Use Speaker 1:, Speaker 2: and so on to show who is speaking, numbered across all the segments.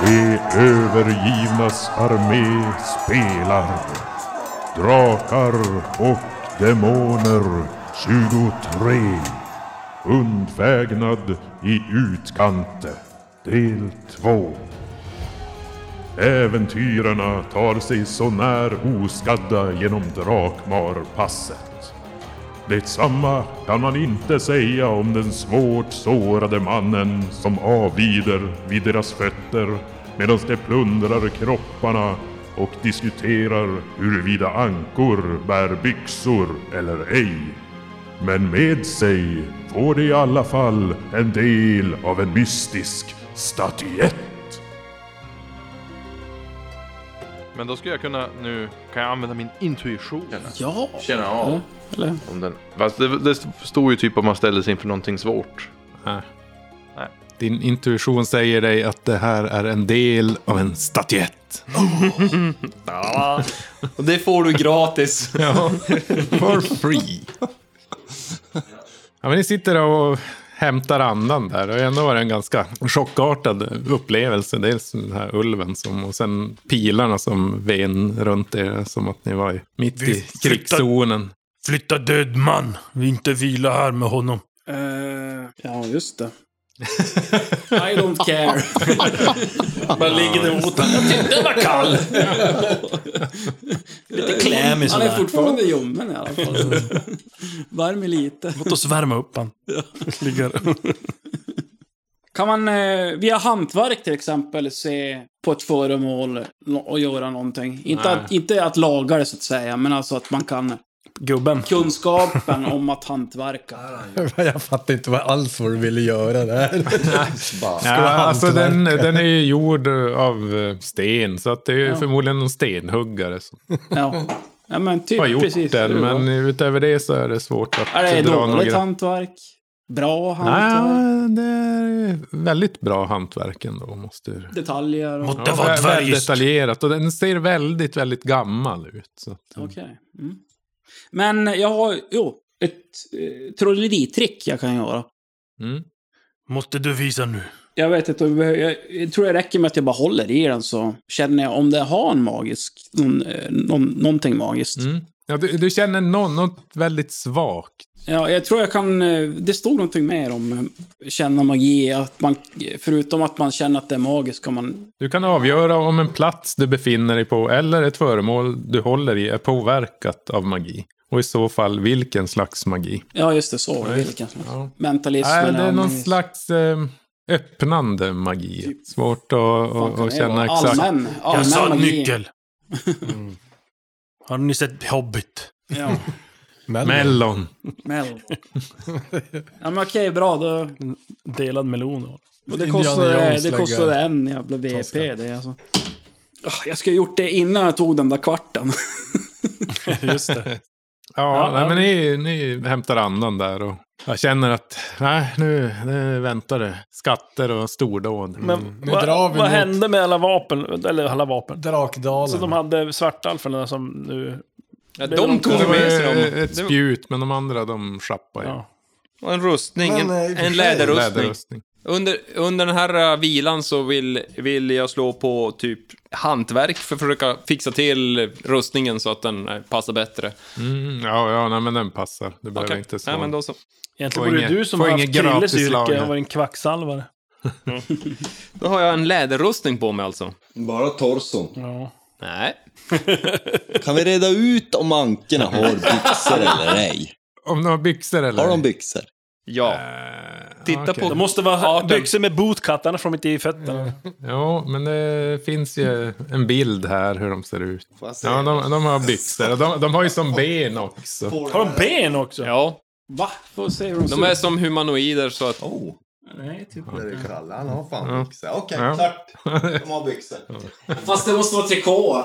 Speaker 1: De övergivnas armé spelar. Drakar och demoner 23. Undfägnad i utkante. Del 2. Äventyrarna tar sig så när oskadda genom Drakmarpasset. Detsamma kan man inte säga om den svårt sårade mannen som avlider vid deras fötter medan de plundrar kropparna och diskuterar huruvida ankor bär byxor eller ej. Men med sig får de i alla fall en del av en mystisk statyett.
Speaker 2: Men då ska jag kunna nu, kan jag använda min intuition?
Speaker 3: Ja!
Speaker 2: Känna av.
Speaker 3: Ja, Eller?
Speaker 2: Om den. Fast det, det står ju typ om man ställer sig inför någonting svårt.
Speaker 4: Nej.
Speaker 2: Nej.
Speaker 4: Din intuition säger dig att det här är en del av en statyett.
Speaker 3: Ja. Och det får du gratis.
Speaker 4: Ja, for free. Ja, men ni sitter och hämtar andan där. Och ändå var det en ganska chockartad upplevelse. Dels den här ulven som, och sen pilarna som ven runt er. Som att ni var i- mitt
Speaker 5: Vi
Speaker 4: i krigszonen.
Speaker 5: Flytta död man. Vi inte vila här med honom.
Speaker 3: Eh, ja, just det. I don't care. Bara ligger där mot honom. Jag tyckte den var kall.
Speaker 5: Lite klämmig
Speaker 3: Han är
Speaker 5: sådär.
Speaker 3: fortfarande ljummen i alla fall. Varm i lite.
Speaker 5: Låt oss värma upp han. Ligger.
Speaker 3: Kan man eh, via hantverk till exempel se på ett föremål och göra någonting? Inte
Speaker 4: Nej.
Speaker 3: att, inte att laga det så att säga, men alltså att man kan
Speaker 5: Gubben.
Speaker 3: kunskapen om att hantverka.
Speaker 6: Jag fattar inte vad alls vad du ville göra där.
Speaker 4: Ja,
Speaker 6: vara
Speaker 4: alltså
Speaker 6: hantverkare.
Speaker 4: den, den är ju gjord av eh, sten. Så att det är ju
Speaker 3: Ja.
Speaker 4: förmodligen någon stenhuggare som
Speaker 3: Ja. ja, men typ
Speaker 4: har gjort
Speaker 3: precis.
Speaker 4: den.
Speaker 3: det var.
Speaker 4: Men utöver det så är det svårt att
Speaker 3: är det
Speaker 4: dra
Speaker 3: dåligt
Speaker 4: några...
Speaker 3: hantverk? Bra hantverk?
Speaker 4: Nej, det är väldigt bra hantverk ändå. Måste... du-
Speaker 3: Detaljer? Och...
Speaker 5: Måtte vara
Speaker 4: vä- väldigt
Speaker 5: dvärgist.
Speaker 4: detaljerat och den ser väldigt, väldigt gammal ut. Så att,
Speaker 3: Okej. Mm. Men jag har, jo, ett eh, trolleritrick jag kan göra.
Speaker 4: mm.
Speaker 5: Måste du visa nu.
Speaker 3: Jag vet inte, jag behöver- jag- jag tror det räcker med att jag bara håller i den så känner jag om det har en magisk, någon, eh, någon, någonting magiskt.
Speaker 4: Mm. Ja, du, du känner någon, något väldigt svagt.
Speaker 3: Ja, jag tror jag kan, eh, det stod någonting mer om eh, känna magi, att man, förutom att man känner att det är magiskt kan man,
Speaker 4: Du kan avgöra om en plats du befinner dig på eller ett föremål du håller i är påverkat av magi. Och i så fall vilken slags magi.
Speaker 3: ja just det, så var det,
Speaker 4: Nej.
Speaker 3: vilken som helst.
Speaker 4: Ja.
Speaker 3: Mentalismen.
Speaker 4: Är det
Speaker 3: ja,
Speaker 4: någon
Speaker 3: men-
Speaker 4: slags eh, öppnande magi? Svårt att- att
Speaker 3: fan kan
Speaker 4: att
Speaker 3: det vara?
Speaker 4: känna exakt.
Speaker 3: Allmän, allmän
Speaker 5: jag sa
Speaker 3: magi.
Speaker 5: nyckel. Mm. Har ni sett Hobbit?
Speaker 3: Ja,
Speaker 4: Mellon.
Speaker 3: mell. ja men okej, bra då.
Speaker 5: Delad melon.
Speaker 3: Och det
Speaker 6: Indiana
Speaker 3: kostade,
Speaker 6: Jones
Speaker 3: det
Speaker 6: lägger-
Speaker 3: kostade en jävla BP det alltså. Ah, Jag skulle ha gjort det innan jag tog den där kvarten.
Speaker 5: Just det.
Speaker 4: Ja,
Speaker 3: Ja,
Speaker 4: nej,
Speaker 3: ja.
Speaker 4: men ni, ni hämtar andan där och jag känner att nej, nu, nu väntar det skatter och stordåd.
Speaker 7: Men
Speaker 6: Nu
Speaker 7: vad,
Speaker 6: drar vi
Speaker 7: vad
Speaker 6: mot-
Speaker 7: hände med alla vapen? Eller alla vapen?
Speaker 6: Drakdalen.
Speaker 7: Så de hade svartalferna som nu...
Speaker 2: Ja,
Speaker 7: Blev de
Speaker 2: de tog
Speaker 4: det var
Speaker 2: med sig
Speaker 4: ju
Speaker 2: dem.
Speaker 4: ett
Speaker 2: Det var-
Speaker 4: spjut, men de andra de schappade ju.
Speaker 7: Ja.
Speaker 2: och En rustning, en,
Speaker 6: Men, eh, i och för
Speaker 2: en
Speaker 6: sig-
Speaker 2: läderrustning.
Speaker 4: Läderrustning.
Speaker 2: Under, under den här eh, vilan så vill, vill jag slå på typ hantverk för att försöka fixa till rustningen så att den eh, passar bättre.
Speaker 4: Mm, ja, ja nej, men den passar. Du behöver
Speaker 2: Okej.
Speaker 4: inte slå.
Speaker 2: Nej, men då så.
Speaker 7: Egentligen
Speaker 4: Får
Speaker 7: borde
Speaker 4: inget-
Speaker 7: du som
Speaker 4: får
Speaker 7: har haft
Speaker 4: inget gratis
Speaker 7: Krilles yrke
Speaker 4: lag här.
Speaker 7: ha varit en kvacksalvare.
Speaker 2: Då har jag en läderrustning på mig alltså.
Speaker 8: Bara torson.
Speaker 7: Ja.
Speaker 2: Nej.
Speaker 8: Kan vi reda ut om ankorna har byxor eller ej?
Speaker 4: Om de har byxor eller?
Speaker 8: Har de byxor?
Speaker 2: Ja.
Speaker 4: Eh,
Speaker 2: Titta
Speaker 4: okej.
Speaker 2: på-
Speaker 7: Det måste vara
Speaker 2: Arten.
Speaker 7: byxor med bootcut, annars får de inte i fötterna.
Speaker 4: Jo, men det finns ju en bild här hur de ser ut. Ja, de, de har byxor. Och De, de har ju som ben också.
Speaker 7: Har de ben också?
Speaker 2: Ja.
Speaker 3: Va? Får se hur de
Speaker 2: De
Speaker 3: ser
Speaker 2: är
Speaker 3: ut.
Speaker 2: som humanoider så att...
Speaker 8: Oh,
Speaker 3: Nej, typ.
Speaker 8: där är Kalle. Han har
Speaker 4: Ja.
Speaker 8: fan byxor. Okej,
Speaker 4: Ja.
Speaker 8: klart. De har byxor.
Speaker 3: Fast det måste vara trikå.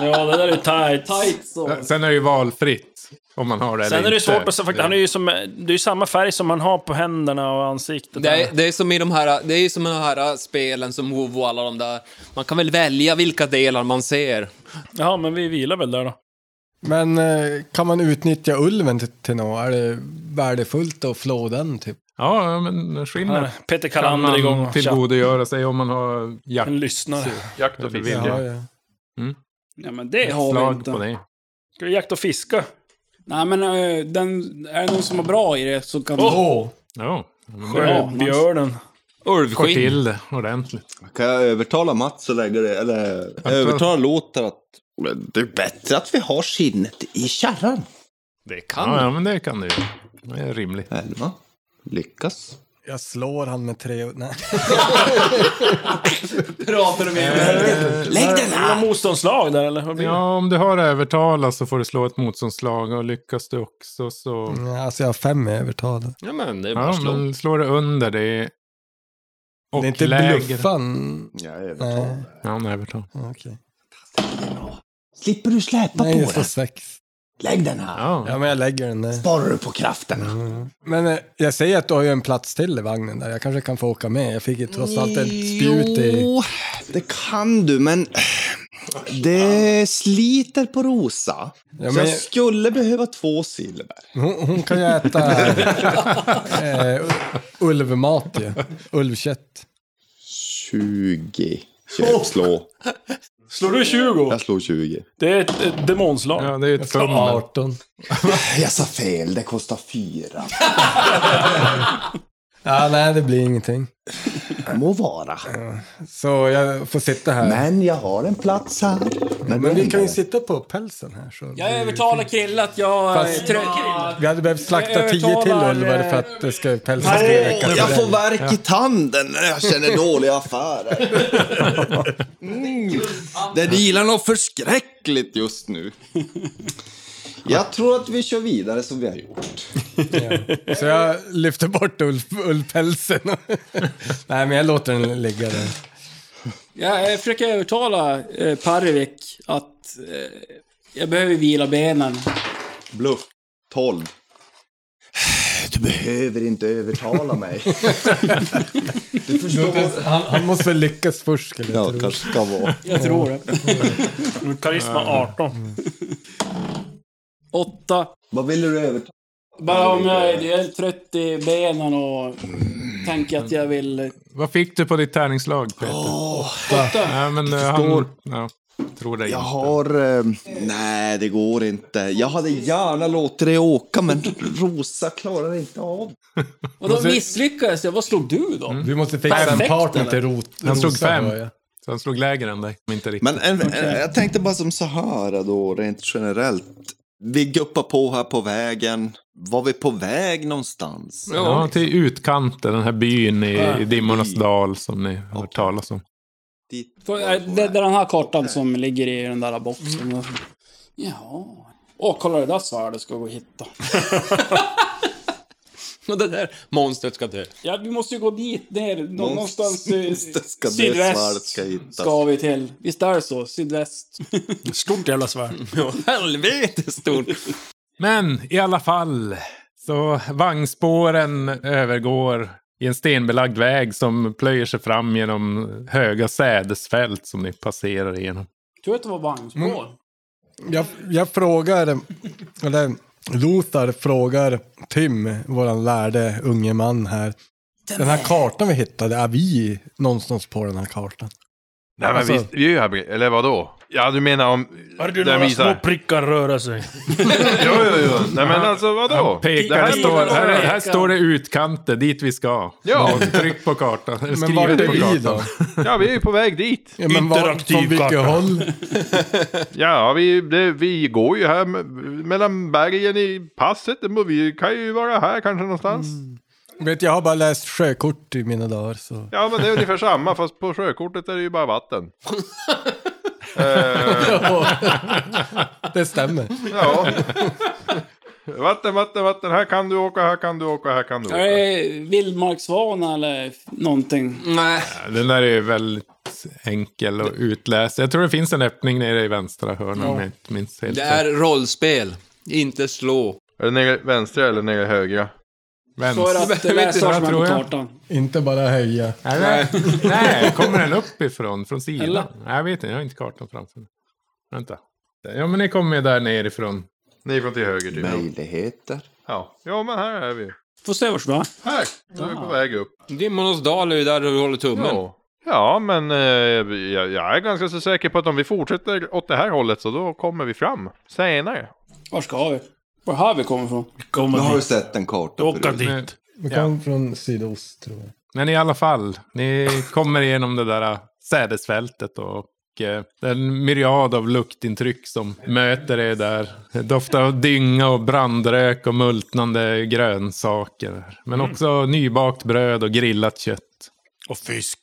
Speaker 7: Ja, det där är tight.
Speaker 3: Tight så.
Speaker 4: Sen är det ju valfritt om man har det
Speaker 7: Sen
Speaker 4: eller
Speaker 7: är det ju
Speaker 4: inte.
Speaker 7: svårt att säga, faktiskt, han är ju som, det är ju samma färg som han har på händerna och ansiktet.
Speaker 2: Det är, det är som i de här, det är som i de här eh, spelen som WoW och alla de där. Man kan väl välja vilka delar man ser.
Speaker 7: Jaha, men vi vilar väl där då.
Speaker 6: Men eh, kan man utnyttja ulven till, till något? Är det värdefullt att flå den typ?
Speaker 4: Ja, men skillnad.
Speaker 7: Peter
Speaker 4: Kan
Speaker 7: Kalander igång.
Speaker 4: man
Speaker 7: och tja,
Speaker 4: tillgodogöra sig om man har jakt
Speaker 7: En lyssnare.
Speaker 2: Jakt och
Speaker 4: eller
Speaker 2: fiske.
Speaker 4: vilja.
Speaker 6: Ja, ja.
Speaker 3: Ja, men det har vi
Speaker 4: Slag
Speaker 3: inte.
Speaker 4: på det.
Speaker 7: Ska vi jakta och fiska?
Speaker 3: Nej, men eh, den, är det någon som är bra i det så kan vi...
Speaker 6: Åh!
Speaker 4: Ja, men det
Speaker 3: Ja,
Speaker 7: Björnen.
Speaker 4: får
Speaker 2: Ulvskinn.
Speaker 4: till det ordentligt.
Speaker 8: Kan jag övertala Mats att lägga det, eller övertala Lothar att det är bättre att vi har skinnet i kärran.
Speaker 2: Det
Speaker 4: Ja,
Speaker 2: kan
Speaker 4: ja, men det kan du ju. Det är rimligt.
Speaker 8: Elva. Lyckas.
Speaker 6: Jag slår han med tre... Nej.
Speaker 3: Pratar du med mig?
Speaker 8: Lägg den
Speaker 7: Några
Speaker 8: här!
Speaker 7: motståndslag där eller? Vad blir det?
Speaker 4: Ja, om du har övertalat så får du slå ett motståndslag och lyckas du också så...
Speaker 6: Nej, Alltså jag har fem i övertalad.
Speaker 2: Ja, men det är bara
Speaker 4: Ja,
Speaker 2: att slå.
Speaker 4: men slår du under det... Och
Speaker 6: Det är inte
Speaker 4: lägre.
Speaker 6: bluffan.
Speaker 8: Jag övertalar.
Speaker 6: Nej,
Speaker 4: Ja, men övertal.
Speaker 6: okej.
Speaker 8: Slipper du släpa
Speaker 6: Nej,
Speaker 8: på
Speaker 6: jag får
Speaker 8: den?
Speaker 6: sex.
Speaker 8: Lägg den här.
Speaker 4: Ja.
Speaker 6: Ja, men jag lägger den där.
Speaker 8: Sparar du på krafterna?
Speaker 6: Men eh, jag säger att du har ju en plats till i vagnen där. Jag kanske kan få åka med. Jag fick ju trots allt ett spjut i...
Speaker 8: Jo, det kan du, men det sliter på Rosa.
Speaker 6: Ja,
Speaker 8: Så
Speaker 6: men-
Speaker 8: jag skulle behöva två silver.
Speaker 6: Hon, hon kan ju äta eh, u- ulvmat ju. Ulvkött.
Speaker 8: 20. Jag slår.
Speaker 7: Slår du 20?
Speaker 8: Jag slår 20.
Speaker 7: Det är ett, ett demonslag.
Speaker 4: ja, det är ett fummel.
Speaker 6: 18.
Speaker 8: Jag sa fel, det kostar fyra.
Speaker 6: Ja, nej, det blir ingenting.
Speaker 8: Må vara.
Speaker 6: Så jag får sitta här.
Speaker 8: Men jag har en plats här. Men,
Speaker 6: Men vi kan ju sitta på pälsen här. Så
Speaker 3: Jag övertalar Krille att jag... eh, är
Speaker 6: Fast-
Speaker 3: trött.
Speaker 6: Vi hade behövt slakta tio till ulvar för att det ska pälsas tre veckor.
Speaker 8: Åh, jag får värk i tanden när jag känner dåliga affärer. Mm. Det gillar något förskräckligt just nu. Jag tror att vi kör vidare som vi har gjort.
Speaker 6: Så jag lyfter bort ulv- ulvpälsen. nej, men jag låter den ligga där.
Speaker 3: Jag eh, försöker övertala eh, Parvik att eh, jag behöver vila benen.
Speaker 8: Bluff. 12. Du behöver inte övertala mig. Du förstår.
Speaker 6: Han, han måste väl lyckas först skulle jag
Speaker 8: Ja,
Speaker 6: tro.
Speaker 8: kanske ska vara.
Speaker 3: Jag tror det.
Speaker 7: Karisma 18.
Speaker 4: Mm.
Speaker 3: Åtta.
Speaker 8: Vad vill du övertala?
Speaker 3: Bara om jag, jag är trött i benen och tänker att jag vill...
Speaker 4: Vad fick du på ditt tärningslag, Peter?
Speaker 3: Åtta.
Speaker 4: Ja, men eh,
Speaker 8: Förstår.
Speaker 4: han... Ja, tror det
Speaker 8: Jag
Speaker 4: inte.
Speaker 8: har... Eh, nej, det går inte. Jag hade gärna låtit dig åka, men Rosa klarar inte av.
Speaker 3: Och då misslyckades jag. Vad slog du då?
Speaker 6: Vi måste fixa en
Speaker 3: Perfekt,
Speaker 6: partner
Speaker 3: eller?
Speaker 6: till rot.
Speaker 4: Han slog
Speaker 6: Rosa,
Speaker 4: fem.
Speaker 6: hör jag.
Speaker 4: Så han slog lägre än dig. Men inte riktigt.
Speaker 8: Men en, en, jag tänkte bara som så här då, rent generellt. Vi guppar på här på vägen. Var vi på väg någonstans?
Speaker 4: Ja, till utkanten, den här byn i, i Dimmornas dal som ni har hört talas om.
Speaker 8: Dit
Speaker 3: Får- eh, Det är den här kartan som ligger i den där boxen. Jaha. Åh, kolla det där svärdet ska gå och hitta.
Speaker 2: Och det där monstret ska dö.
Speaker 3: Ja, vi måste ju gå dit ner. Nå-
Speaker 8: Monst-
Speaker 3: någonstans i
Speaker 8: monster ska dö, svärdet
Speaker 3: sydväst
Speaker 8: ska hittas.
Speaker 3: ska vi till. Visst är det så? Sydväst.
Speaker 7: Stort jävla svärd.
Speaker 2: Ja, helvete stort.
Speaker 4: Men i alla fall. Så vagnspåren övergår i en stenbelagd väg som plöjer sig fram genom höga sädesfält som ni passerar igenom.
Speaker 3: Tur att det var vagnspår.
Speaker 6: Jag, jag frågar, eller Lothar frågar Tim, våran lärde unge man här. Den här kartan vi hittade, är vi någonstans på den här kartan?
Speaker 9: Nej men
Speaker 6: Alltså-
Speaker 9: visst, vi är ju här, Bri- eller vadå? Ja du menar om...
Speaker 5: Har du
Speaker 9: den
Speaker 5: några
Speaker 9: visar-
Speaker 5: små prickar röra sig?
Speaker 9: Jo, jo, jo. Nej men alltså vadå? Det
Speaker 4: Pekar,
Speaker 9: här
Speaker 4: här,
Speaker 9: är-
Speaker 4: står, här, här står det utkanter, dit vi ska.
Speaker 9: Ja.
Speaker 4: Och Tryck på kartan. eller
Speaker 6: Men vart
Speaker 4: Skrivet
Speaker 6: är
Speaker 4: på
Speaker 6: vi
Speaker 4: kartan.
Speaker 6: då?
Speaker 9: Ja vi är ju på väg dit.
Speaker 6: Ja, men var,
Speaker 5: Interaktiv
Speaker 6: från vilket
Speaker 5: karta.
Speaker 6: håll?
Speaker 9: Ja vi, det, vi går ju här me- mellan bergen i passet. Det må- Vi kan ju vara här kanske någonstans.
Speaker 6: Vet, jag har bara läst sjökort i mina dagar. Så.
Speaker 9: Ja men det är ungefär samma fast på sjökortet är det ju bara vatten.
Speaker 6: Det stämmer.
Speaker 9: Ja. Vatten, vatten, vatten. Här kan du åka, här kan du åka, här kan du
Speaker 3: Är
Speaker 9: åka.
Speaker 3: det vildmarksvana eller någonting?
Speaker 2: Nej.
Speaker 4: Den där är väldigt enkel att utläsa. Jag tror det finns en öppning nere i vänstra hörnan om jag inte minns helt
Speaker 2: Det
Speaker 4: fel.
Speaker 2: är rollspel. Inte slå.
Speaker 9: Är det nere vänstra eller nere högra?
Speaker 4: Vänster.
Speaker 3: För att
Speaker 2: Jag vet
Speaker 3: läsa
Speaker 2: inte,
Speaker 3: vad
Speaker 4: jag
Speaker 3: som är på
Speaker 4: tror jag.
Speaker 3: kartan.
Speaker 6: Inte bara höja.
Speaker 4: Nej, nej, kommer den uppifrån? Från sidan?
Speaker 3: Eller?
Speaker 4: Nej, jag vet inte, jag har inte kartan framför mig. Vänta. Ja, men ni kommer ju där nerifrån.
Speaker 9: Nerifrån till höger typ.
Speaker 8: Möjligheter.
Speaker 9: Ja. ja, men här är vi.
Speaker 3: Får se vars va?
Speaker 9: Här! Då är vi på väg upp.
Speaker 2: Dimmornas dal är ju där du håller tummen.
Speaker 9: Ja. Ja, men eh, jag, jag är ganska så säker på att om vi fortsätter åt det här hållet så då kommer vi fram senare.
Speaker 3: Var ska vi? Var har vi kommit ifrån?
Speaker 8: Nu har
Speaker 7: Kommer
Speaker 8: du
Speaker 7: dit.
Speaker 8: sett en karta
Speaker 7: Åka
Speaker 8: förut.
Speaker 4: Men-
Speaker 7: dit.
Speaker 6: Vi kom från sydost tror jag.
Speaker 4: Men i alla fall, ni kommer igenom det där sädesfältet och eh, den myriad av luktintryck som möter er där. Det Doftar av dynga och brandrök och multnande grönsaker. Men också nybakt bröd och grillat kött.
Speaker 7: Och fisk.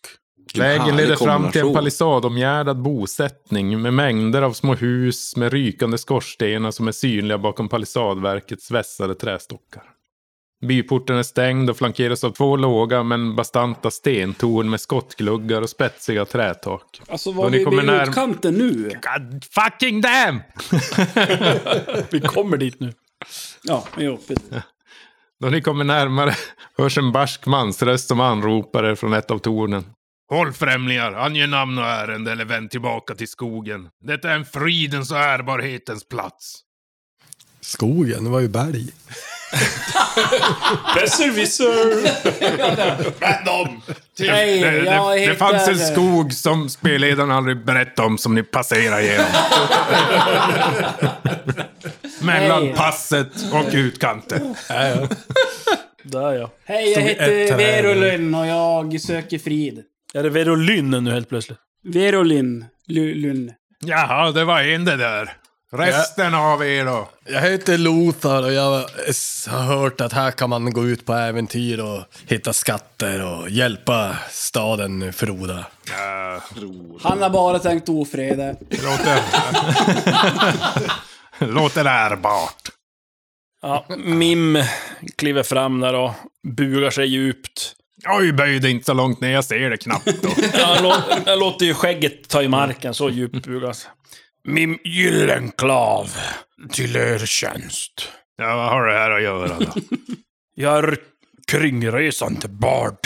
Speaker 4: Vägen
Speaker 8: härlig
Speaker 4: leder fram till en
Speaker 8: kombination.
Speaker 4: palissadomgärdad bosättning med mängder av små hus med rykande skorstenar som är synliga bakom palissadverkets vässade trästockar. Byporten är stängd och flankeras av två låga men bastanta stentorn med skottgluggar och spetsiga trätak.
Speaker 3: Alltså
Speaker 4: Då
Speaker 3: var
Speaker 4: ni
Speaker 3: vi
Speaker 4: kommer
Speaker 3: vid
Speaker 4: närm-
Speaker 3: utkanten nu?
Speaker 4: God fucking damn!
Speaker 7: Vi kommer dit nu.
Speaker 3: Ja, jo. precis.
Speaker 4: Då ni kommer närmare hörs en barsk mansröst som anropar er från ett av tornen. Håll främlingar, ange namn och ärende eller vänd tillbaka till skogen. Detta är en fridens och ärbarhetens plats.
Speaker 6: Skogen, det var ju berg.
Speaker 7: Besserwisser!
Speaker 3: Nej,
Speaker 4: det,
Speaker 3: jag
Speaker 4: det, det
Speaker 3: hittade-
Speaker 4: fanns en skog som spelledaren aldrig berättade om som ni passerade igenom. Mellan
Speaker 3: Nej.
Speaker 4: passet och utkanten.
Speaker 7: Där ja.
Speaker 3: Hej, jag
Speaker 6: Stod ett
Speaker 3: heter
Speaker 6: träd.
Speaker 3: Verolyn och jag söker frid.
Speaker 7: Är det Verolyn nu helt plötsligt?
Speaker 3: Verolyn. Lu- Lynn.
Speaker 4: Jaha, det var en det där. Resten av er då?
Speaker 6: Jag heter Lothar och jag har hört att här kan man gå ut på äventyr och hitta skatter och hjälpa staden Froda.
Speaker 3: Han har bara tänkt ofreda.
Speaker 4: Låter... Låter ärbart.
Speaker 7: Ja, Mim kliver fram där och bugar sig djupt.
Speaker 4: Oj, böj dig inte så långt ner. Jag ser det knappt. Då.
Speaker 7: Ja, Han, lå han låter ju skägget ta i marken, så djupt bugas. Mim Gyllenklav, till er tjänst.
Speaker 4: Ja, vad har det här att göra då?
Speaker 7: Jag är kringresande bard.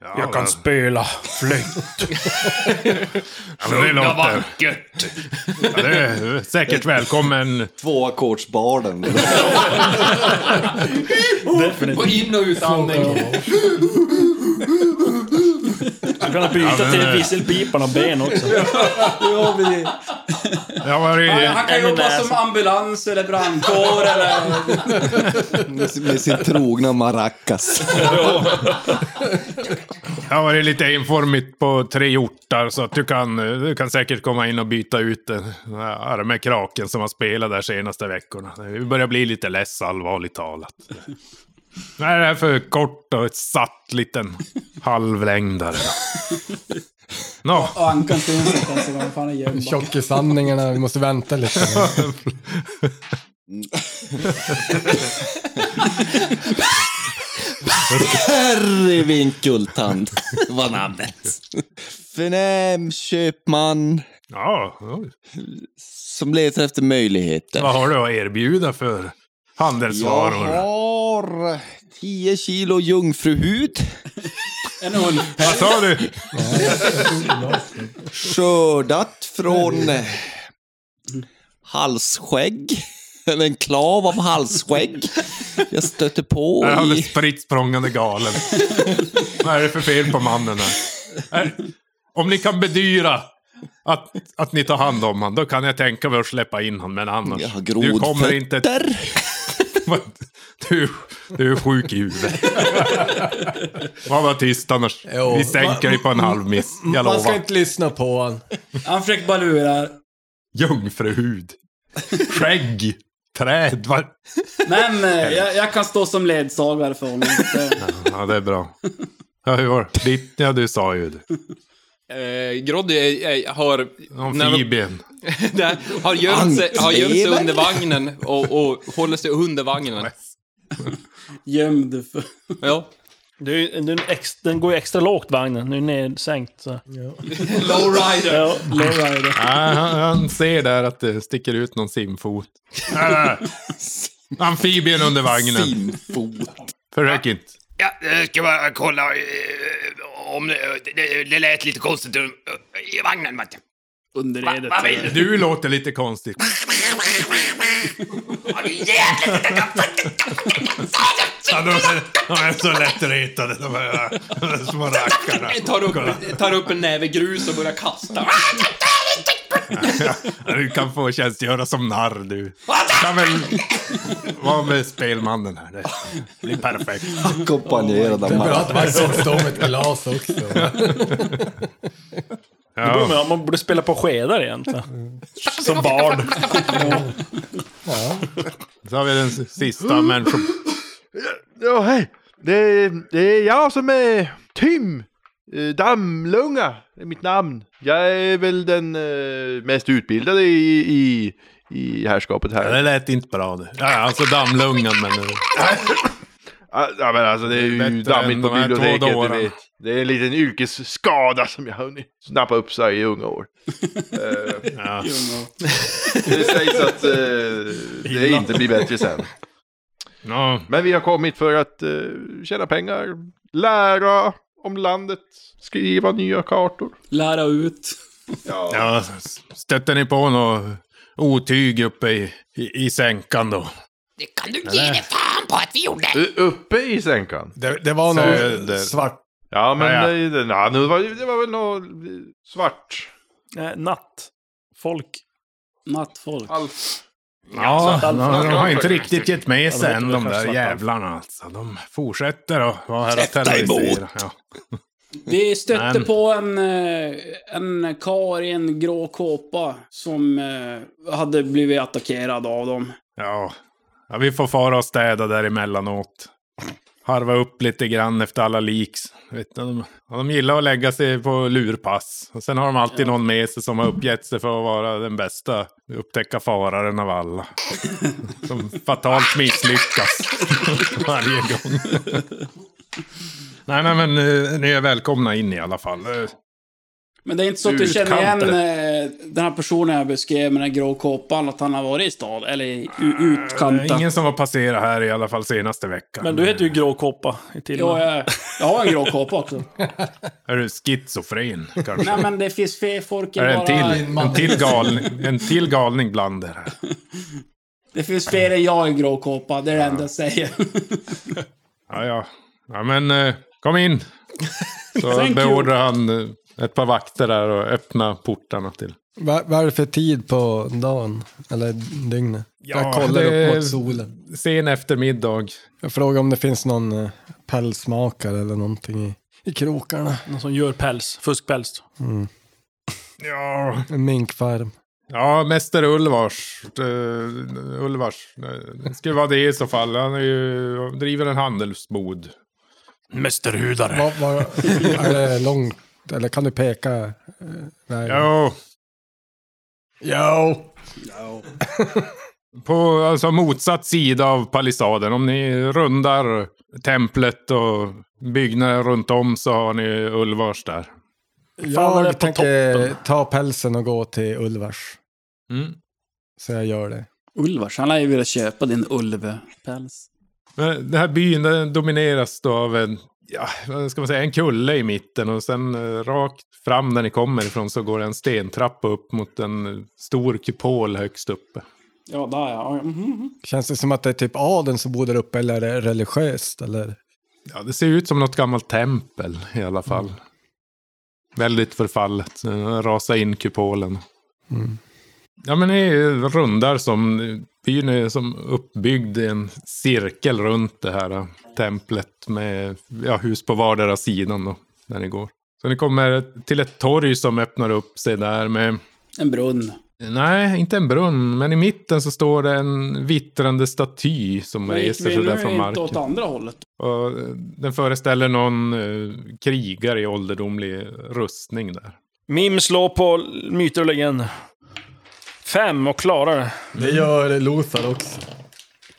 Speaker 4: Ja,
Speaker 7: Jag kan spela flöjt.
Speaker 4: ja, men det låter... Ja, det är säkert välkommen
Speaker 8: Två ackordsbarden.
Speaker 2: Och in och utandning.
Speaker 7: Jag kan byta till visselpipan och ben också.
Speaker 4: Jag var i,
Speaker 3: Han kan jobba som ambulans eller brandkår eller...
Speaker 8: med, sin- med sin trogna maracas.
Speaker 4: jag var i lite informigt på tre hjortar så att du kan, eh, du kan säkert komma in och byta ut den här arme kraken som har spelat där senaste veckorna. Vi börjar bli lite less allvarligt talat. Nej, det här är för kort och ett satt liten halvlängdare. då. Nå,
Speaker 3: Och Ankan syns inte ens en gång, för han är gömd.
Speaker 6: Tjockisandningarna, vi måste vänta lite.
Speaker 8: Perry Vinkultand var namnet. Förnäm köpman
Speaker 4: ja, oj.
Speaker 8: som letar efter möjligheter.
Speaker 4: vad har du att erbjuda för
Speaker 8: Jag
Speaker 4: handelsvaror?
Speaker 8: har 10 kilo jungfruhud,
Speaker 3: En hund.
Speaker 4: Vad sa du?
Speaker 8: skördat från eh, halsskägg. Eller en klav av halsskägg. Jag stötte på
Speaker 4: Där hade
Speaker 8: i...
Speaker 4: spritt språngande galen. Vad är det för fel på mannen här? Är- Om ni kan bedyra att, att ni tar hand om honom, då kan jag tänka mig att släppa in honom. Men annars,
Speaker 8: Jag har
Speaker 4: du kommer inte...
Speaker 8: grodfötter.
Speaker 4: Du, du är sjuk i huvudet. Man var tyst annars.
Speaker 6: Jo. Mm.
Speaker 4: Vi sänker dig på en halv miss. Jag
Speaker 6: Man ska
Speaker 4: lovar.
Speaker 6: inte lyssna på han.
Speaker 3: Han försöker bara lura.
Speaker 4: Jungfruhud. Skägg. Träd. Vad?
Speaker 3: Men eh, jag, jag kan stå som ledsagare för honom. Det-
Speaker 4: Ja, det är bra. Ja, hur var det? Ditt, ja, du sa ju det.
Speaker 2: Eh, Groddy är- är- har... när de-
Speaker 4: Amfibien.
Speaker 2: där, har gömt sig, har gömt sig
Speaker 8: Angstsvever.
Speaker 2: under vagnen och, och håller sig under vagnen.
Speaker 3: Gömd. För...
Speaker 2: Ja.
Speaker 7: Det är, ju- det är en ex, den går ju extra lågt vagnen, nu är nedsänkt. Så.
Speaker 2: Lowrider.
Speaker 7: Ja,
Speaker 3: Lowrider.
Speaker 4: Ja, Ah, han, han ser där att det sticker ut någon simfot. Äh, Amfibien under vagnen.
Speaker 8: Simfot.
Speaker 4: Försök inte.
Speaker 10: Ja, jag ska bara kolla eh, om det, det, det lät lite konstigt i i vagnen, Matte.
Speaker 3: underredet.
Speaker 4: Du låter lite konstigt.
Speaker 5: Ja, de, är, de är så lättretade, de här, de här små rackarna.
Speaker 2: Tar upp, tar upp en näve grus och börjar kasta.
Speaker 4: Du kan få tjänstgöra som narr du. Kan väl vara med spelmannen här. Det blir perfekt.
Speaker 8: Kompanjerad av
Speaker 6: Det är bra
Speaker 8: Max.
Speaker 6: att man kan stå med ett glas också.
Speaker 4: Ja.
Speaker 7: Men Man borde spela på skedar
Speaker 2: Mm.
Speaker 7: egentligen. Som barn.
Speaker 4: Så har vi den sista människan.
Speaker 9: Ja, hej! Det, det är jag som är Tim eh, Dammlunga, är mitt namn. Jag är väl den eh, mest utbildade i, i, i härskapet här.
Speaker 4: Det lät inte bra. Det. Ja, alltså dammlungan men...
Speaker 9: Ah, Ja men alltså det är
Speaker 4: Det är
Speaker 9: ju
Speaker 4: bättre
Speaker 9: dammigt
Speaker 4: än
Speaker 9: på
Speaker 4: de här två
Speaker 9: biblioteket, du
Speaker 4: dårarna.
Speaker 9: vet. Det är en liten yrkesskada som jag hunnit snappa upp så här i unga år. Eh,
Speaker 4: Ja.
Speaker 9: det sägs att eh, det inte blir bättre sen.
Speaker 4: Ja.
Speaker 9: Men vi har kommit för att eh, tjäna pengar, lära om landet, skriva nya kartor.
Speaker 3: Lära ut.
Speaker 9: Ja,
Speaker 4: Ja, stötte ni på något otyg uppe i, i, i sänkan då?
Speaker 9: U- uppe i sänkan.
Speaker 6: Det, det var
Speaker 4: Söder.
Speaker 6: nog svart.
Speaker 9: Ja men
Speaker 4: Ja, ja.
Speaker 9: eh, det- ja, nu var, det var väl något svart.
Speaker 7: Eh, Natt. Folk.
Speaker 3: Nattfolk.
Speaker 9: Alf.
Speaker 4: Ja, de, Alltså, de har inte riktigt gett med sig
Speaker 7: Ja,
Speaker 4: än
Speaker 7: de
Speaker 4: de
Speaker 7: kanske
Speaker 4: där
Speaker 7: slappnar.
Speaker 4: jävlarna alltså. De fortsätter att vara här och terrorisera. Ja.
Speaker 3: Vi stötte
Speaker 4: Men-
Speaker 3: på en, eh, en kar i en grå kåpa som eh, hade blivit attackerad av dem.
Speaker 4: Ja. ja, vi får fara och städa däremellanåt. Harva upp lite grann efter alla leaks. Vet du, de, ja, de gillar att lägga sig på lurpass. Och sen har de alltid någon med sig som har uppgett sig för att vara den bästa upptäcka fararen av alla. Som fatalt misslyckas varje gång. nej, nej, men eh, ni är välkomna in i alla fall. Eh,
Speaker 3: Men det är inte så att du känner igen
Speaker 9: Utkanten.
Speaker 3: eh, den här personen jag beskrev med den grå kåpan, att han har varit i stad? Eller i u- utkanten?
Speaker 4: Ingen som har passerat här i alla fall senaste veckan.
Speaker 7: Men du heter ju Gråkoppa i
Speaker 3: Ja,
Speaker 7: Tillman.
Speaker 3: jag, jag har en grå kåpa också.
Speaker 4: Är du schizofren kanske?
Speaker 3: Nej, men det finns fe- folk i
Speaker 4: Är det en
Speaker 3: bara...
Speaker 4: till, en till, galning, en till galning bland er här?
Speaker 3: Det finns fler än jag i grå kåpa, det är det enda jag säger.
Speaker 4: Ja, ja. ja men eh, kom in. Så
Speaker 3: Thank
Speaker 4: beordrar han eh, ett par vakter där och öppna portarna till.
Speaker 6: Va- Vad är det för tid på dagen? Eller dygnet?
Speaker 4: Ja,
Speaker 6: jag kollar
Speaker 4: det-
Speaker 6: upp mot solen.
Speaker 4: Sen eftermiddag.
Speaker 6: Jag frågar om det finns någon eh, pälsmakare eller någonting i, i krokarna.
Speaker 7: Någon som gör päls. Fuskpäls.
Speaker 4: Ja,
Speaker 6: En minkfarm.
Speaker 4: ja mäster Ulvars. eh, Ulvars. eh, Det skulle vara det i så fall. Han är ju, driver en handelsbod.
Speaker 5: Mästerhudare.
Speaker 6: Var, var, är det långt? Eller kan du peka? eh, vägen?
Speaker 4: Ja,
Speaker 6: Jo.
Speaker 4: på alltså, motsatt sida av palissaden. Om ni rundar templet och byggnader runt om så har ni Ulvars där.
Speaker 7: Fan, det är
Speaker 6: Jag
Speaker 7: på
Speaker 6: tänker
Speaker 7: toppen.
Speaker 6: ta pälsen och gå till Ulvars.
Speaker 4: Mm.
Speaker 6: Så jag gör det.
Speaker 3: Ulvars, han lär ju vilja köpa din ulvepäls.
Speaker 4: Men Den här byn den domineras då av en, ja, vad ska man säga, en kulle i mitten och sen eh, rakt fram när ni kommer ifrån så går det en stentrappa upp mot en eh, stor kupol högst uppe.
Speaker 3: Ja, där ja. Mhm.
Speaker 6: Känns det som att det är typ adeln som bor där uppe eller är det religiöst? Eller?
Speaker 4: Ja, det ser ut som något gammalt tempel i alla fall. Väldigt förfallet. Eh, Rasa in kupolen.
Speaker 6: Mm.
Speaker 4: Ja, men ni rundar som... Byn är som uppbyggd i en cirkel runt det här eh, templet med ja, hus på vardera sidan då, när ni går. Så ni kommer till ett torg som öppnar upp sig där med...
Speaker 3: En brunn.
Speaker 4: Nej, inte en brunn, men i mitten så står det en vittrande staty som
Speaker 3: Men gick
Speaker 4: reser
Speaker 3: vi
Speaker 4: sig
Speaker 3: nu
Speaker 4: där
Speaker 3: inte
Speaker 4: från marken.
Speaker 3: åt andra hållet?
Speaker 4: Och eh, den föreställer någon eh, krigare i ålderdomlig rustning där.
Speaker 7: Mim slår på myter och legender. Fem och klarar det.
Speaker 6: Det gör Lothar också.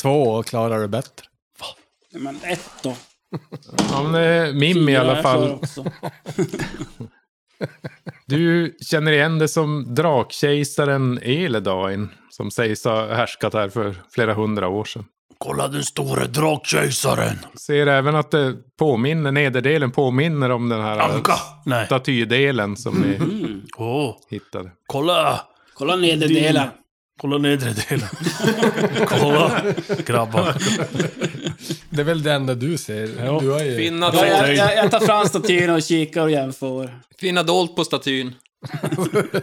Speaker 6: Två och klarar det bättre.
Speaker 3: Nej, Men ett då.
Speaker 4: Ja, men, eh, Mim i
Speaker 3: Fyra
Speaker 4: alla
Speaker 3: är
Speaker 4: fall.
Speaker 3: för också.
Speaker 4: Du känner igen det som drakkejsaren Eledain. Som sägs ha härskat här för flera hundra år sedan.
Speaker 5: Kolla den store drakkejsaren.
Speaker 4: Ser även att det påminner, nederdelen påminner om den här eh,
Speaker 5: Anka. Nej.
Speaker 4: statydelen som ni
Speaker 7: Åh,
Speaker 4: hittade.
Speaker 7: kolla!
Speaker 3: Kolla nederdelen.
Speaker 7: Kolla nedre delen. kolla, grabbar.
Speaker 6: Det är väl det enda du ser.
Speaker 7: Ja.
Speaker 6: Du har ju...
Speaker 2: Finna
Speaker 3: Ja,
Speaker 2: dolt,
Speaker 3: jag, jag, jag tar fram statyn och kikar och jämför.
Speaker 2: finna dolt på statyn.
Speaker 3: Det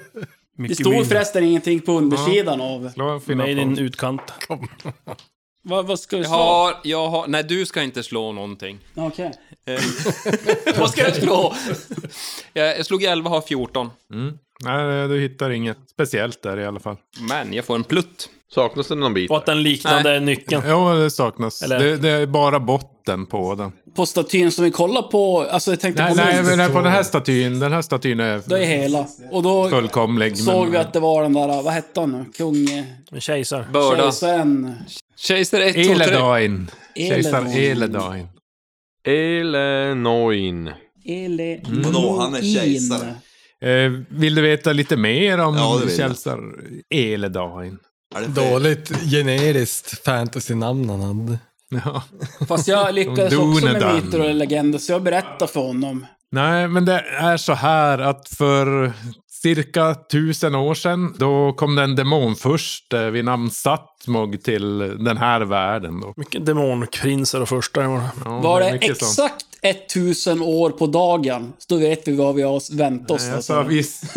Speaker 7: Mycket
Speaker 3: stod
Speaker 7: mindre.
Speaker 3: förresten ingenting på undersidan av...
Speaker 4: Slå en finna
Speaker 7: Made in
Speaker 4: på.
Speaker 7: utkant.
Speaker 3: Vad, vad ska vi
Speaker 2: Jag
Speaker 3: slå?
Speaker 2: har, jag har... Nej, du ska inte slå någonting.
Speaker 3: Okej.
Speaker 2: Eh, Vad ska jag slå? jag jag slog 11, har 14.
Speaker 4: Mm. Nej, du hittar inget speciellt där i alla fall.
Speaker 2: Men jag får en plutt.
Speaker 9: Saknas det någon bit?
Speaker 7: Och att den liknande nyckeln.
Speaker 4: Jo, det saknas.
Speaker 7: Eller-
Speaker 4: Det, det är bara botten på den.
Speaker 3: På statyn som vi kollar på, alltså jag tänkte
Speaker 4: Nej,
Speaker 3: på
Speaker 4: nej,
Speaker 3: minst.
Speaker 4: men på den här statyn. Den här statyn
Speaker 3: Då är
Speaker 4: är
Speaker 3: hela. Och då
Speaker 4: fullkomlig.
Speaker 3: såg
Speaker 4: men-
Speaker 3: vi att det var den där, vad hette han nu? Kung... eh,
Speaker 7: En kejsar.
Speaker 2: Börda.
Speaker 3: Kejsaren...
Speaker 2: Kejsare 1, 2, 3.
Speaker 4: Eledain. Kejsar Eledain.
Speaker 9: Elenoin.
Speaker 3: Ele...
Speaker 4: Mm.
Speaker 8: Vadå, han är kejsare?
Speaker 3: In.
Speaker 4: Eh, vill du veta lite mer om
Speaker 8: Ja, det vill jag.
Speaker 4: kejsar Eledain?
Speaker 8: Är det fel?
Speaker 6: Dåligt generiskt fantasy-namn han hade.
Speaker 4: Ja.
Speaker 3: Fast jag lyckades också med
Speaker 4: Donedan.
Speaker 3: myter och legender, så jag berättade för honom.
Speaker 4: Nej, men det är så här att för cirka tusen år sedan då kom det en demonfurst eh, vid namn Satmog till den här världen. Då.
Speaker 7: Mycket demonprinsar och första var det.
Speaker 4: Ja,
Speaker 3: Var det
Speaker 4: mycket sånt.
Speaker 3: exakt 1000 år på dagen, så då vet vi vad vi har väntat oss.
Speaker 4: Jag
Speaker 3: alltså.
Speaker 4: sa visst,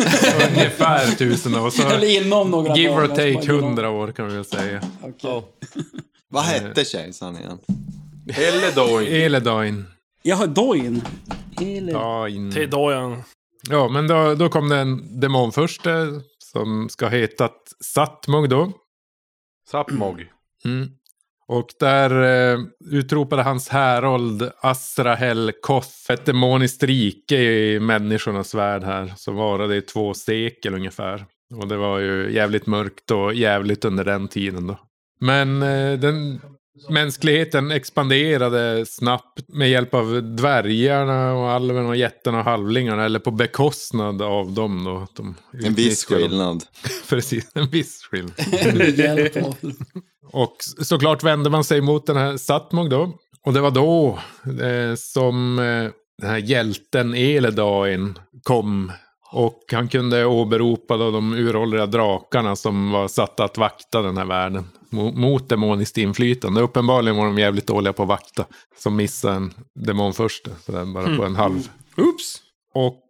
Speaker 4: ungefär tusen år. Så
Speaker 3: Eller inom några
Speaker 4: give or
Speaker 3: dagar, så
Speaker 4: take
Speaker 3: bara, ja.
Speaker 4: hundra år kan vi väl säga.
Speaker 3: Okej.
Speaker 8: Vad hette kejsaren igen?
Speaker 9: Eledoin.
Speaker 4: Eledain.
Speaker 3: Jag har Doin. Eller...
Speaker 4: Dain.
Speaker 7: Det är då jag...
Speaker 4: Ja, men då, då kom det en demonfurste som ska heta Satmog då.
Speaker 9: Sapmog.
Speaker 4: Mm. Och där eh, utropade hans härold Asrahel Koth ett demoniskt rike i människornas värld här. Som varade i två sekel ungefär. Och det var ju jävligt mörkt och jävligt under den tiden då. Men eh, den mänskligheten expanderade snabbt med hjälp av dvärgarna och alverna och jättarna och halvlingarna. Eller på bekostnad av dem då. att De
Speaker 8: En viss
Speaker 4: utnyttjade dem.
Speaker 8: skillnad.
Speaker 4: Precis, en viss skillnad.
Speaker 3: Hjälp och-
Speaker 4: Och såklart vände man sig mot den här Satmog då. Och det var då eh, som eh, den här hjälten Eledain kom. Och han kunde åberopa då de uråldriga drakarna som var satta att vakta den här världen. Mo- Mot demoniskt inflytande. Uppenbarligen var de jävligt dåliga på att vakta. Som missade en demon först. Så där, bara på en halv.
Speaker 2: Oops!
Speaker 4: Och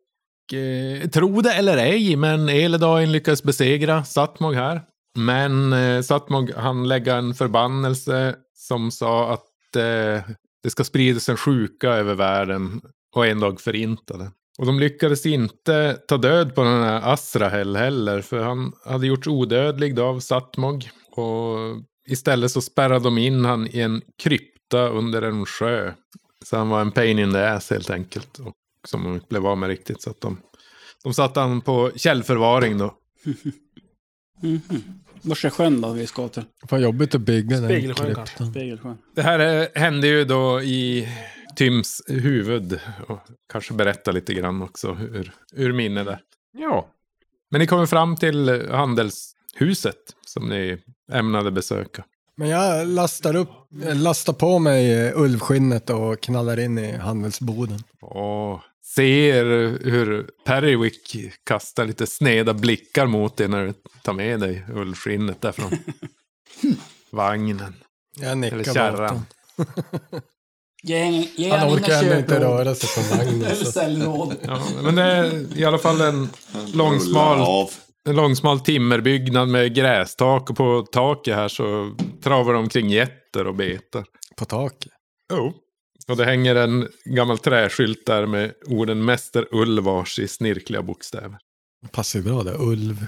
Speaker 4: eh, tro det eller ej, men Eledain lyckades besegra Satmog här. Men eh, Satmog han lägga en förbannelse som sa att eh, det ska spridas en sjuka över världen och en dag förinta den. Och de lyckades inte ta död på den här Asrahel heller, för han hade gjorts odödlig då av Satmog. Och istället så spärrade de in han i en krypta under en sjö. Så han var en pain in the ass helt enkelt. Och som de inte blev av med riktigt. Så att de, de satte han på källförvaring då.
Speaker 3: Vars är sjön då vi ska till?
Speaker 6: Vad jobbigt att bygga den
Speaker 7: Spegelsjön kanske.
Speaker 6: kryptan.
Speaker 3: Spegelsjön.
Speaker 4: Det här eh, hände ju då i Tyms huvud. Och kanske berätta lite grann också ur, ur minne där.
Speaker 9: Ja.
Speaker 4: Men ni kommer fram till eh, handelshuset som ni ämnade besöka.
Speaker 6: Men jag lastar, upp, jag lastar på mig eh, ulvskinnet och knallar in i handelsboden.
Speaker 4: Och ser hur Perrywick kastar lite sneda blickar mot dig när du tar med dig ullskinnet därifrån. Vagnen.
Speaker 6: Jag
Speaker 4: Eller
Speaker 6: nickar bort
Speaker 4: kärran.
Speaker 6: honom.
Speaker 3: Ge, ge
Speaker 6: Han orkar ändå inte
Speaker 3: röra.
Speaker 6: röra sig från vagnen.
Speaker 3: Eller
Speaker 6: så-
Speaker 3: säljråd.
Speaker 4: Ja, men det är i alla fall en långsmal,
Speaker 8: Rulla av.
Speaker 4: en långsmal timmerbyggnad med grästak och på taket här så travar de omkring getter och betar.
Speaker 6: På taket.
Speaker 4: Jo. Och det hänger en gammal träskylt där med orden Mäster Ulvars i snirkliga bokstäver.
Speaker 6: Passar ju bra det. Ulv.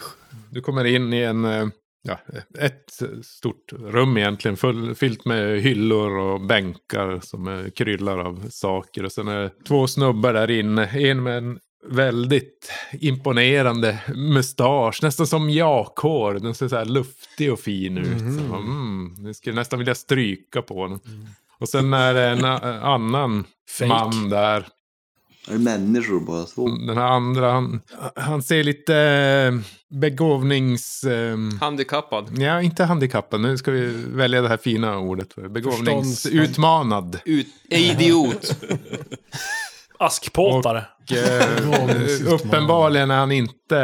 Speaker 4: Du kommer in i en, eh, ja, ett stort rum egentligen full, fyllt med hyllor och bänkar som eh, kryllar av saker. Och sen är det två snubbar där inne. En med en väldigt imponerande mustasch, nästan som jakhår. Den ser så här luftig och fin ut. Så, man, mm, jag skulle nästan vilja stryka på den. Och sen är det en a- annan man där
Speaker 8: Är det människor båda två?
Speaker 4: den här andra, han, han ser lite eh, begåvnings... eh,
Speaker 2: Handikappad.
Speaker 4: Ja, inte handikappad. Nu ska vi välja det här fina ordet. för Begåvningsutmanad.
Speaker 2: Ut, idiot.
Speaker 7: Askpåtare.
Speaker 4: Eh, Uppenbarligen är han inte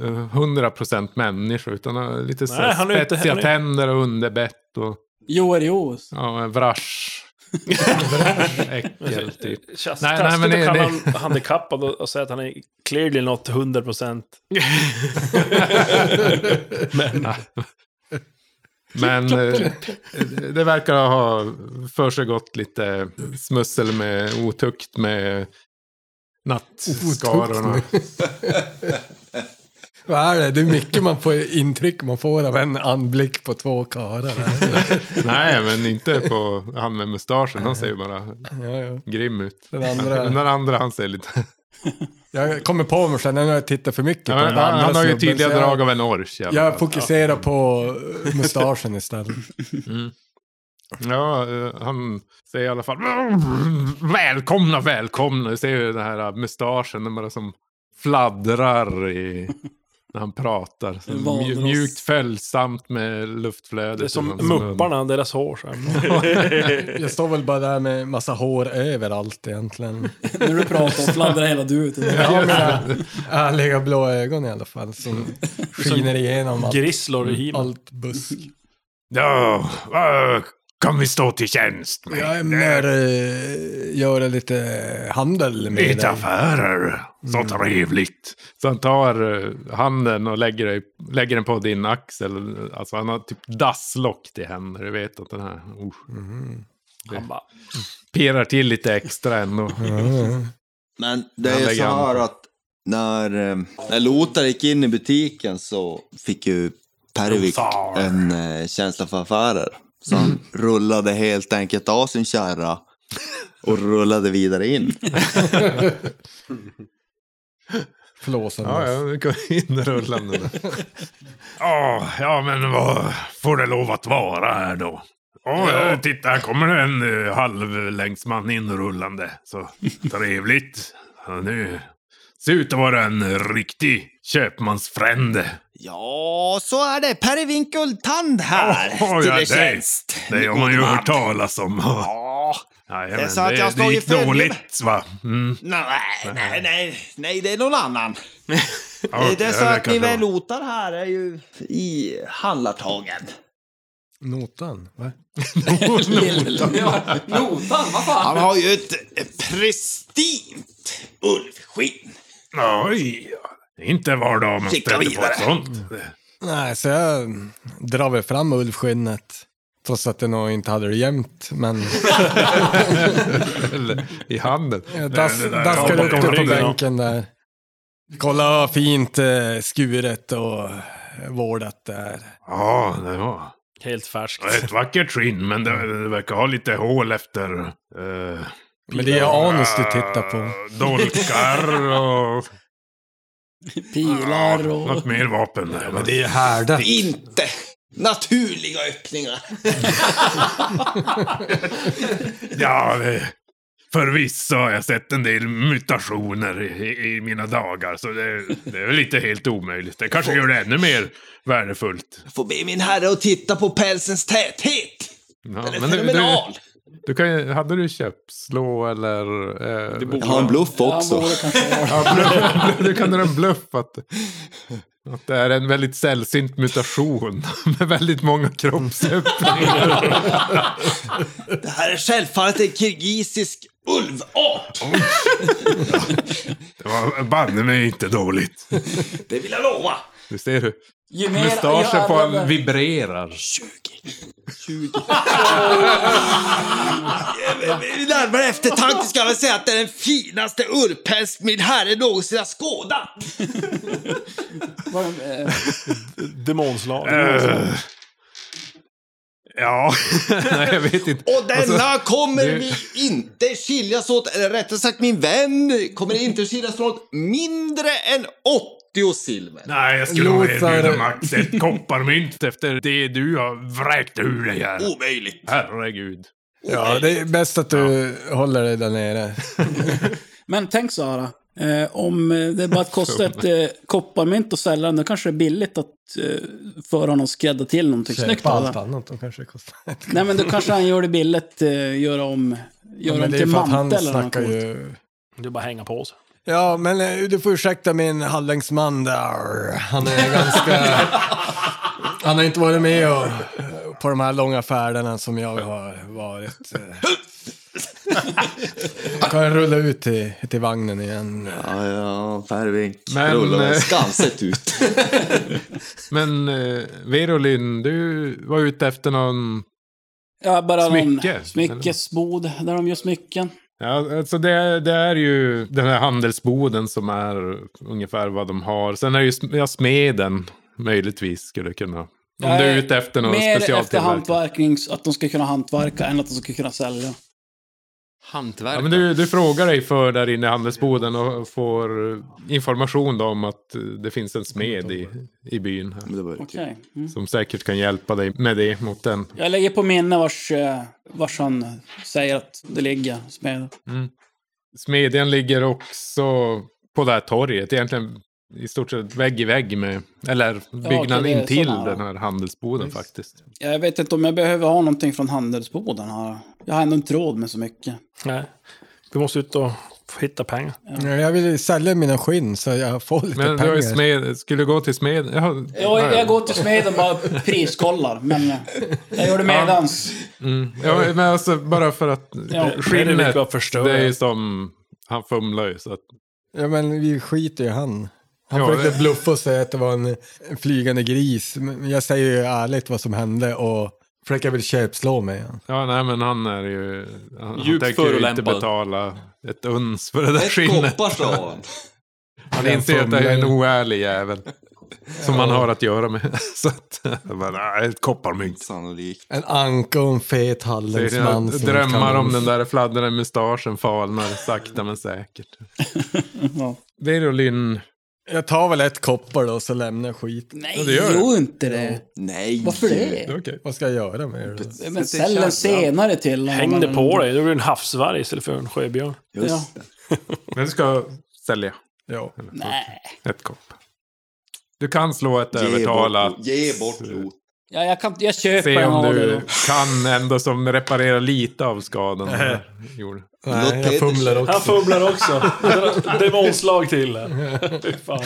Speaker 4: eh, 100% människa utan har lite så
Speaker 7: Nej,
Speaker 4: här
Speaker 7: han är inte-
Speaker 4: spetsiga
Speaker 7: han är-
Speaker 4: tänder och underbett och
Speaker 3: Jo, är det os.
Speaker 4: ja, en vrasch. Äckel typ.
Speaker 7: Kast,
Speaker 4: Nej,
Speaker 7: nej,
Speaker 4: nej, men
Speaker 7: men
Speaker 4: det-
Speaker 7: kan
Speaker 4: det-
Speaker 7: han handikappad och, och säga att han är clearly not 100%.
Speaker 4: Men eh, det verkar ha försiggått lite smussel med otukt med nattskarorna.
Speaker 6: Vad är det? Det är mycket man får intryck man får av en anblick på två karlar.
Speaker 4: Nej, men inte på han med mustaschen. Han ser ju bara
Speaker 6: Ja, ja.
Speaker 4: grym ut.
Speaker 6: Den andra- Typ
Speaker 4: Den där andra han ser lite...
Speaker 6: Jag kommer på mig sen när jag tittar för mycket på
Speaker 4: Ja,
Speaker 6: den
Speaker 4: han,
Speaker 6: andra
Speaker 4: han har ju
Speaker 6: snubben,
Speaker 4: tydliga
Speaker 6: så jag-
Speaker 4: drag av en orch. i alla
Speaker 6: Jag
Speaker 4: fall.
Speaker 6: fokuserar på mustaschen istället.
Speaker 4: Ja, eh, han säger i alla fall välkomna, välkomna. Du ser ju den här mustaschen, den bara som fladdrar i, när han pratar. Så
Speaker 3: Vandras.
Speaker 4: mj- mjukt följsamt med luftflödet.
Speaker 7: Det är som
Speaker 4: i hans mun.
Speaker 7: mupparna, deras hår. Så här.
Speaker 6: Jag står väl bara där med massa hår överallt egentligen.
Speaker 3: När du pratar fladdrar hela du ut.
Speaker 6: Jag har mina ärliga blå ögon i alla fall som
Speaker 4: Mm.
Speaker 6: skiner igenom allt,
Speaker 7: Grisslor i himlen.
Speaker 6: allt busk.
Speaker 4: Ja, eh, kan vi stå till tjänst med
Speaker 6: Jag ämnar eh, göra lite handel med
Speaker 4: lite
Speaker 6: dig.
Speaker 4: affärer? Så trevligt. Så han tar eh, handen och lägger, dig- lägger den på din axel. Alltså han har typ dasslock till händer. Du vet att den här... Uh.
Speaker 7: Han bara,
Speaker 4: pirrar till lite extra ändå.
Speaker 8: Men det
Speaker 4: Han
Speaker 8: är
Speaker 4: lägger
Speaker 8: så här
Speaker 4: an.
Speaker 8: att när, eh, när Lotar gick in i butiken så fick ju Pervik
Speaker 7: Lothar.
Speaker 8: en eh, känsla för affärer. Så han rullade helt enkelt av sin kärra och rullade vidare in.
Speaker 6: Flåsande.
Speaker 4: Ja, ja, vi går in rullande. där. Ja, ja, men vad får det lov att vara här då? Oh, ja, titta, här kommer det en uh, halvlängsman inrullande. Så trevligt. Han nu ser ut att vara en riktig köpmansfrände.
Speaker 8: Ja, så är det. Perivinkel Tand här.
Speaker 4: Åh,
Speaker 8: till
Speaker 4: ja,
Speaker 8: er
Speaker 4: det-
Speaker 8: tjänst.
Speaker 4: Det har man ju hört talas om.
Speaker 8: Ja.
Speaker 4: Jajamän,
Speaker 8: Det är så att jag
Speaker 4: det, det
Speaker 8: står i
Speaker 4: gick
Speaker 8: följe med-
Speaker 4: dåligt, va? Mm.
Speaker 8: Nej, nej, nej, nej, det är någon annan.
Speaker 4: Ja,
Speaker 8: det är så
Speaker 4: ja,
Speaker 8: att ni
Speaker 4: kanske
Speaker 8: väl
Speaker 4: var.
Speaker 8: lotar här är ju i handlartagen.
Speaker 6: Notan? Va?
Speaker 3: Ja, notan, vad fan?
Speaker 8: Han har ju ett pristint ulvskinn.
Speaker 4: Oj, inte var dag man
Speaker 8: Kika
Speaker 4: stöter på
Speaker 8: vidare.
Speaker 4: ett sånt.
Speaker 6: Nej, så jag drar väl fram ulvskinnet. Trots att jag nog inte hade det jämt, men
Speaker 4: Eller i handen.
Speaker 6: jag das,
Speaker 4: det där
Speaker 6: daskar
Speaker 4: bakom
Speaker 6: upp det på
Speaker 4: ryggen, ja.
Speaker 6: bänken där. Kolla vad fint eh, skuret och vårdat det är.
Speaker 4: Ja, det var
Speaker 7: helt färskt.
Speaker 4: det var ett vackert skinn, men det, det verkar ha lite hål efter... eh,
Speaker 6: Men det är anus du tittar på.
Speaker 4: eh, Dolkar och
Speaker 3: Pilar och...
Speaker 4: något mer vapen. Där. Men
Speaker 6: Det är härdat.
Speaker 8: Inte naturliga öppningar.
Speaker 4: Ja, det, förvisso har jag sett en del mutationer i, i, i mina dagar, så det, det är väl inte helt omöjligt. Det kanske gör det ännu mer värdefullt.
Speaker 8: Får be min herre att titta på pälsens täthet.
Speaker 4: Ja,
Speaker 8: Den är fenomenal.
Speaker 4: du kan ju, hade du köpslå eller... Eh,
Speaker 2: Det borde-
Speaker 8: Jag har en bluff
Speaker 3: Ja,
Speaker 8: också.
Speaker 3: vore kanske vara.
Speaker 4: Du kan dra en bluff att, att det är en väldigt sällsynt mutation med väldigt många kroppsöppningar.
Speaker 8: Det här är självfallet en kirgisisk ulvart.
Speaker 4: Det var banne mig inte dåligt.
Speaker 8: Det vill jag lova.
Speaker 4: Du ser hur
Speaker 3: Ju mer
Speaker 4: mustaschen
Speaker 3: jag
Speaker 4: på honom
Speaker 3: använder-
Speaker 4: vibrerar.
Speaker 8: 20. 20. Vid Eh, närmare eftertanke ska jag väl säga att det är den finaste urpäls min herre någonsin har skådat.
Speaker 3: Vad- eh,
Speaker 7: Demonslag.
Speaker 4: Eh, ja, nej jag vet inte.
Speaker 8: Och denna kommer
Speaker 4: Alltså, det-
Speaker 8: vi inte skiljas åt, eller rättare sagt min vän kommer inte skiljas från åt mindre än 80 silver.
Speaker 4: Nej, jag skulle nog
Speaker 6: Lothar-
Speaker 4: erbjuda Max ett kopparmynt efter det du har vräkt ur dig här.
Speaker 8: Omöjligt.
Speaker 4: Herregud.
Speaker 6: Ja, det är bäst att du håller dig där nere.
Speaker 3: Men tänk Sara, eh, om eh, det bara kostar ett eh, kopparmynt att sälja den, då kanske det är billigt att eh, föra någon skrädda till någonting snyggt
Speaker 6: Köpa
Speaker 3: av
Speaker 6: allt
Speaker 3: den.
Speaker 6: annat, de kanske kostar.
Speaker 3: Nej men då kanske han gör det billigt, eh, göra om, göra
Speaker 6: Men
Speaker 3: om
Speaker 6: det är
Speaker 3: till
Speaker 6: för att han
Speaker 3: mantel eller något
Speaker 6: snackar
Speaker 3: coolt.
Speaker 6: ju
Speaker 7: Det är bara att hänga på sig.
Speaker 6: Ja, men eh, du får ursäkta min hallängsman där. Han är ganska... Han har inte varit med och, på de här långa färderna som jag har varit. eh. Kan jag rulla ut till, till vagnen igen?
Speaker 8: Ja, ja, Färvink
Speaker 4: Men,
Speaker 8: rullar
Speaker 4: eh,
Speaker 8: skamset ut.
Speaker 4: Men eh, Verolyn, du var ute efter någon...
Speaker 3: Ja, bara
Speaker 4: Smycke,
Speaker 3: någon smyckesbod där de gör smycken.
Speaker 4: Ja, alltså det, är- det är ju den här handelsboden som är ungefär vad de har. Sen är det ju sm- ja, smeden, möjligtvis skulle kunna... Om du är
Speaker 3: Nej,
Speaker 4: ute efter någon
Speaker 3: Mer efter
Speaker 4: specialtillverkning.
Speaker 3: hantverkning, att de ska kunna hantverka än att de ska kunna sälja.
Speaker 4: Ja,
Speaker 2: Hantverk.
Speaker 4: men du, du frågar dig för där inne i handelsboden och får eh, information då om att eh, det finns en smed i, i byn här.
Speaker 8: Men det var ju kul.
Speaker 3: Okej. Mm.
Speaker 4: Som säkert kan hjälpa dig med det mot den.
Speaker 3: Jag lägger på minne vars, eh, vars han säger att det ligger smed.
Speaker 4: Smedjan ligger också på det här torget. Egentligen i stort sett vägg i vägg med, eller byggnaden
Speaker 3: det är
Speaker 4: intill
Speaker 3: så nära.
Speaker 4: den här handelsboden faktiskt.
Speaker 3: Jag vet inte om jag behöver ha någonting från handelsboden här. Jag har ändå inte råd med så mycket.
Speaker 7: Nej. Du måste ut och hitta pengar.
Speaker 6: Ja, Jag vill sälja mina skinn så jag får lite
Speaker 4: Men du har ju
Speaker 6: pengar.
Speaker 4: smed, skulle du gå till smeden? Jaha,
Speaker 3: Jag, jag går till smeden och bara priskollar, men eh, jag gör det medans.
Speaker 4: ja, men alltså bara för att
Speaker 7: det är
Speaker 4: skinnet,
Speaker 7: mycket att förstöra.
Speaker 4: det är ju som, han fumlar ju så att,
Speaker 6: Ja, men vi skiter ju i han. Han
Speaker 4: Ja,
Speaker 6: försökte
Speaker 4: det-
Speaker 6: bluffa och säga att det var en en flygande gris. Men jag säger ju ärligt vad som hände och försöker väl köpslå mig.
Speaker 4: ja nej men han är ju, han, han
Speaker 2: Djupt
Speaker 4: tänker ju inte
Speaker 2: förolämpad.
Speaker 4: betala ett uns för det där
Speaker 8: Ett
Speaker 4: skinnet.
Speaker 8: koppar sa han.
Speaker 4: Han inser att det är en oärlig jävel. Som han har att göra med. Så att, jag bara, nej, ett kopparmynt.
Speaker 8: Sannolikt.
Speaker 6: En anka och en fet
Speaker 4: Jag
Speaker 6: hallängsman. som
Speaker 4: Drömmar
Speaker 6: kan-
Speaker 4: om den där fladdrande mustaschen falnar sakta men säkert.
Speaker 3: Ja.
Speaker 4: Verolyn,
Speaker 6: Jag tar väl ett koppar då så lämnar jag skiten.
Speaker 3: Nej,
Speaker 4: Ja, det gör det.
Speaker 3: gör inte det.
Speaker 8: Nej.
Speaker 3: Varför det?
Speaker 4: okej.
Speaker 6: Vad ska jag göra med det?
Speaker 3: Men sälj den senare till honom.
Speaker 7: Häng det på dig. Då blir du en havsvarg istället för en sjöbjörn.
Speaker 8: Just det.
Speaker 4: Men du ska sälja
Speaker 6: Ja.
Speaker 3: Nej.
Speaker 4: ett kopp. Du kan slå ett
Speaker 8: Ge
Speaker 4: övertala.
Speaker 8: bort, ge bort lot.
Speaker 3: Ja, jag, kan, jag köper
Speaker 4: Se
Speaker 3: en
Speaker 4: om
Speaker 3: av det
Speaker 4: du
Speaker 3: då.
Speaker 4: kan ändå som reparera lite av skadan. han gjorde.
Speaker 6: Nej, jag
Speaker 8: Peter
Speaker 6: fumlar
Speaker 7: Han
Speaker 6: också.
Speaker 7: fumlar också. Det var omslag till. här. Fy fan.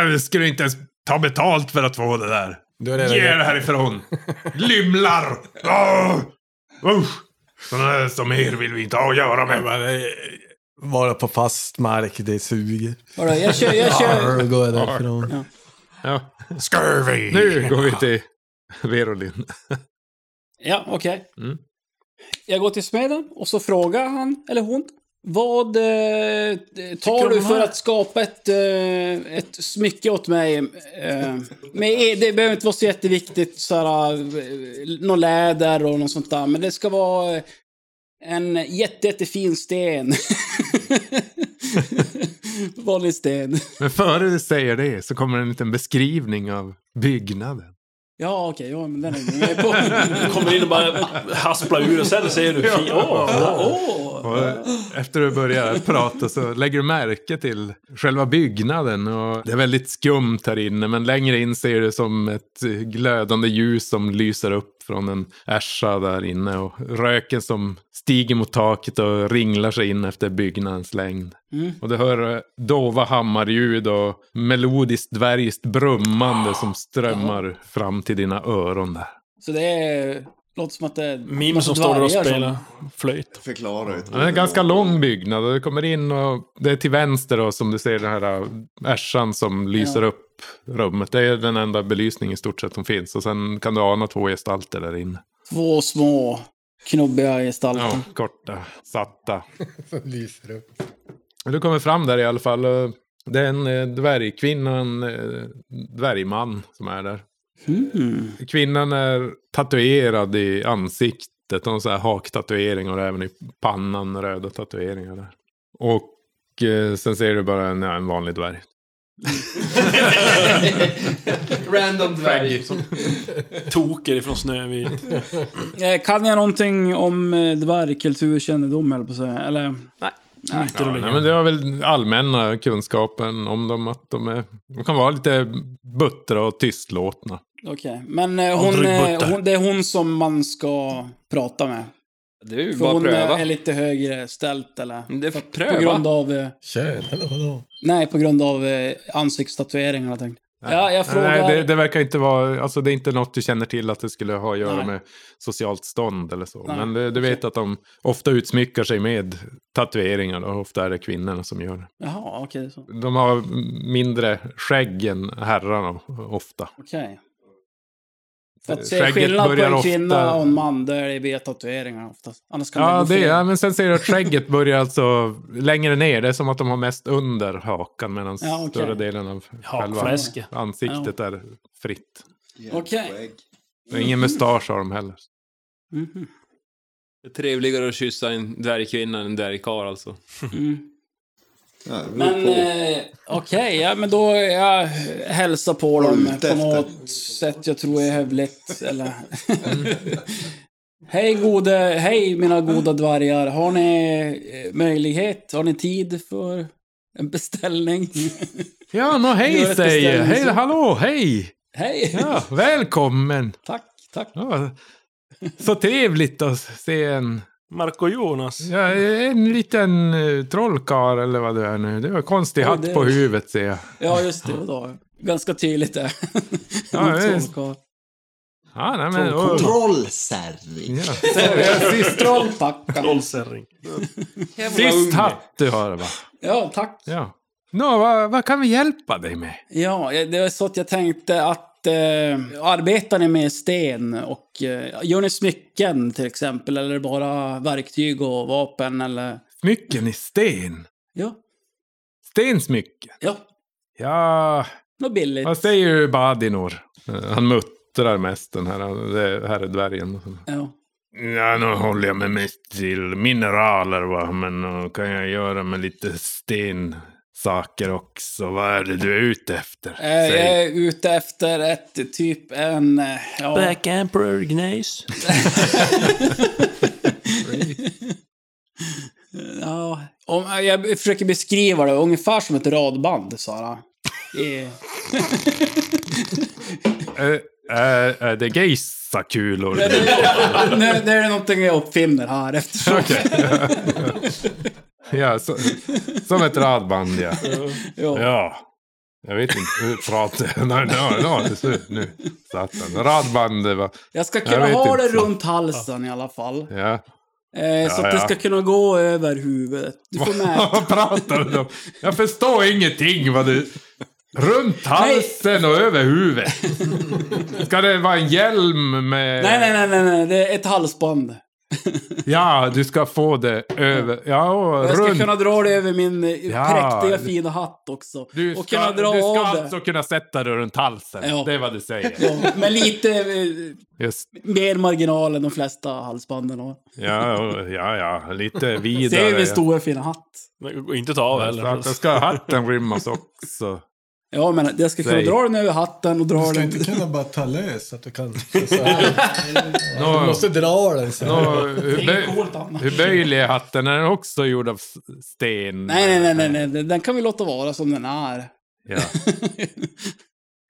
Speaker 4: Äh, Du skulle inte ens ta betalt för att få det där.
Speaker 6: Du har redan
Speaker 4: Ge
Speaker 6: gjort-
Speaker 4: er härifrån! Lymlar! Oh! Usch! Sådana där som er vill vi inte ha att göra med.
Speaker 6: Men, eh, Vara på fast mark, det suger.
Speaker 3: Vadå, Jag kör, jag kör.
Speaker 6: Arr, går jag därifrån.
Speaker 4: Ja. Scurvy! Nu går vi till Verolyn.
Speaker 3: Ja, okej.
Speaker 4: Mm.
Speaker 3: Jag går till smeden och så frågar han, eller hon, vad eh, tar
Speaker 7: du
Speaker 3: du
Speaker 7: om
Speaker 3: för
Speaker 7: här?
Speaker 3: att skapa ett, eh, ett smycke åt mig? Eh, med, e- det behöver inte vara så jätteviktigt, såhär, eh, någon läder och något sånt där, men det ska vara eh, en jätte, jättefin sten. Vanlig sten.
Speaker 4: Men före du säger det så kommer en liten beskrivning av byggnaden.
Speaker 3: Ja, okej, ja, men den är jag med
Speaker 7: Du
Speaker 3: på.
Speaker 7: kommer in och bara hasplar ur och sen ser du fin. Åh,
Speaker 3: Åh!
Speaker 4: Och efter du börjar prata så lägger du märke till själva byggnaden. Och det är väldigt skumt här inne men längre in ser du som ett glödande ljus som lyser upp från en ässja där inne. Och röken som stiger mot taket och ringlar sig in efter byggnadens längd. Och du hör eh, dova hammarljud och melodiskt dvärgiskt brummande som strömmar fram till dina öron där.
Speaker 3: Så det är... Låter som att det är...
Speaker 7: Mim
Speaker 3: massa
Speaker 7: som står där och
Speaker 3: dvärgar som-
Speaker 7: spelar flöjt.
Speaker 8: Förklara. ut.
Speaker 4: Ja, Det är en ganska lång byggnad och du kommer in och det är till vänster då som du ser den här ässjan som lyser upp rummet. Det är den enda belysning i stort sett som finns och sen kan du ana två gestalter där inne.
Speaker 3: Två små knubbiga gestalter.
Speaker 4: Ja, korta, satta.
Speaker 6: Som lyser upp.
Speaker 4: Du kommer fram där i alla fall. och Det är en eh, dvärgkvinna och en eh, dvärgman som är där.
Speaker 3: Mm.
Speaker 4: Kvinnan är tatuerad i ansiktet. Hon har så här haktatueringar och även i pannan röda tatueringar. Där. Och eh, sen ser du bara en, ja, en vanlig dvärg.
Speaker 2: Random dvärg.
Speaker 7: Toker ifrån Snövit.
Speaker 3: Eh, Kan jag någonting om eh, dvärgkulturkännedom, höll jag på att säga? Eller? Nej. Nej.
Speaker 4: Ja, nej, men det har väl allmänna kunskapen om dem. Att de, är, de kan vara lite buttra och tystlåtna.
Speaker 3: Okej. Men eh, hon, eh,
Speaker 7: drugbuttar.
Speaker 3: hon, det är hon som man ska prata med.
Speaker 2: Det är ju
Speaker 3: För
Speaker 2: bara att
Speaker 3: hon eh,
Speaker 2: pröva.
Speaker 3: är lite högre ställt eller?
Speaker 2: Det får
Speaker 3: På grund
Speaker 2: pröva.
Speaker 3: av... eh,
Speaker 6: Kön eller vadå?
Speaker 3: Nej, på grund av eh, ansiktstatueringarna tänkte jag. Ja, jag frågar...
Speaker 4: Nej, det, det verkar inte vara, alltså det är inte något du känner till att det skulle ha att göra
Speaker 3: Nej.
Speaker 4: med socialt stånd eller så.
Speaker 3: Nej,
Speaker 4: Men det, du vet att de ofta utsmyckar sig med tatueringar och ofta är det kvinnorna som gör det.
Speaker 3: Jaha, okej. så.
Speaker 4: De har mindre skägg än herrarna ofta.
Speaker 3: Okej. För att se
Speaker 4: Skägget
Speaker 3: skillnad på
Speaker 4: börjar
Speaker 3: en kvinna
Speaker 4: ofta-
Speaker 3: och en man, där är det tatueringar oftast. Annars kan
Speaker 4: Ja,
Speaker 3: det gå
Speaker 4: det,
Speaker 3: fel.
Speaker 4: ja, men sen ser du att skägget börjar alltså längre ner. Det är som att de har mest under hakan medan
Speaker 3: Ja, okej.
Speaker 4: större delen av själva
Speaker 7: Hakfläske.
Speaker 4: ansiktet är fritt.
Speaker 3: Okej.
Speaker 4: Och ingen mustasch har de heller.
Speaker 3: Mhm.
Speaker 2: Det är Trevligare att kyssa en dvärgkvinna än en dvärgkarl alltså.
Speaker 3: Mm.
Speaker 8: Ja, det beror
Speaker 3: Men
Speaker 8: på.
Speaker 3: eh, okej, ja, men då jag hälsar på dem
Speaker 8: ute
Speaker 3: på
Speaker 8: efter?
Speaker 3: något sätt jag tror är hövligt. Eller... hej, gode, hej mina goda dvärgar. Har ni eh, möjlighet, har ni tid för en beställning?
Speaker 4: Ja, nå
Speaker 3: Gör
Speaker 4: hej
Speaker 3: ett
Speaker 4: säger jag. Hej,
Speaker 3: beställningsjobb.
Speaker 4: hallå, hej!
Speaker 3: hej!
Speaker 4: Ja, välkommen!
Speaker 3: Tack, tack.
Speaker 4: Ja, så trevligt att se en,
Speaker 7: Marco Jonas.
Speaker 4: ja, en liten eh, trollkarl eller vad det är nu. Det var en konstig
Speaker 3: Ja,
Speaker 4: hatt
Speaker 3: det-
Speaker 4: på huvudet ser jag.
Speaker 3: Ja, just det. Då. Ganska tydligt där.
Speaker 4: Ja,
Speaker 3: Något
Speaker 4: visst.
Speaker 3: trollkarl.
Speaker 4: Ja, nej, men, och,
Speaker 8: Trollsärring.
Speaker 4: ja.
Speaker 3: Eh,
Speaker 4: Ja, sist,
Speaker 3: Trollpacka.
Speaker 7: Trollsärring.
Speaker 4: sist hatt du har va?
Speaker 3: Ja, tack.
Speaker 4: Ja. Nå, vad, vad kan vi hjälpa dig med?
Speaker 3: Ja, jag- det var så att jag tänkte att eh, arbetar ni med sten och eh, gör ni smycken till exempel eller bara verktyg och vapen eller?
Speaker 4: Smycken i sten.
Speaker 3: Ja,
Speaker 4: Stensmycken.
Speaker 3: ja,
Speaker 4: Ja,
Speaker 3: något billigt.
Speaker 4: vad säger du Badinor? Eh, Han muttrar mest den här, det här är dvärgen.
Speaker 3: Ja.
Speaker 4: Ja, nu håller jag mig mest till mineraler va, men eh, kan jag göra med lite stensaker också? Vad är det du är ute efter?
Speaker 3: Eh, Jag
Speaker 4: Säg.
Speaker 3: är ute efter ett typ en... eh, Ja,
Speaker 7: Black Emperor Ignace.
Speaker 3: ja, om, eh, jag försöker beskriva det ungefär som ett radband, Sara. Eh,
Speaker 4: Eh, eh, eh, det är geisakulor.
Speaker 3: nu, nu är det någonting jag uppfinner här eftersom...
Speaker 4: ja, så, som ett radband ja.
Speaker 3: Ja.
Speaker 4: Ja. Jag vet inte hur pratar Nej, nu, nu, är det slut nu. Satan. Radband det var.
Speaker 3: Jag ska
Speaker 4: Jag
Speaker 3: kunna
Speaker 4: vet
Speaker 3: ha det
Speaker 4: inte.
Speaker 3: runt halsen i alla fall.
Speaker 4: Ja.
Speaker 3: Eh, så att
Speaker 4: Ja,
Speaker 3: det
Speaker 4: ja.
Speaker 3: ska kunna gå över huvudet. Du får med.
Speaker 4: Vad pratar du om? Jag förstår ingenting vad du... Runt halsen och över huvudet. Ska det vara en hjälm med...
Speaker 3: nej, nej, nej, nej, nej. Det är ett halsband.
Speaker 4: Ja, du ska få det över... Ja, och
Speaker 3: Jag ska
Speaker 4: runt.
Speaker 3: kunna dra det över min eh,
Speaker 4: Ja.
Speaker 3: präktiga fina hatt också.
Speaker 4: Du
Speaker 3: och
Speaker 4: ska,
Speaker 3: kunna dra
Speaker 4: du ska
Speaker 3: av
Speaker 4: alltså
Speaker 3: det.
Speaker 4: kunna sätta det runt halsen.
Speaker 3: Ja.
Speaker 4: Det är vad du säger.
Speaker 3: Ja, med lite eh,
Speaker 4: Just,
Speaker 3: mer marginal än de flesta halsbanden har.
Speaker 4: ja, och- ja, ja, lite vidare.
Speaker 3: Ser vi stora fina hatt?
Speaker 7: Går inte att ta av
Speaker 4: Ja,
Speaker 7: heller.
Speaker 4: så ska hatten rymmas också.
Speaker 3: Ja, men jag ska kunna
Speaker 4: Säg.
Speaker 3: dra den över hatten och dra
Speaker 6: Du ska
Speaker 3: den...
Speaker 6: inte kunna bara ta lös att du kan. Så här.
Speaker 4: Nå,
Speaker 6: Du måste dra den så. här.
Speaker 4: nå,
Speaker 3: Det är
Speaker 4: hur,
Speaker 3: inget
Speaker 4: böj,
Speaker 3: coolt annars.
Speaker 4: hur böjlig är hatten? Är den också gjord av s- sten?
Speaker 3: Nej, nej, nej, nej, nej. Den- Den kan vi låta vara som den är.
Speaker 4: Ja.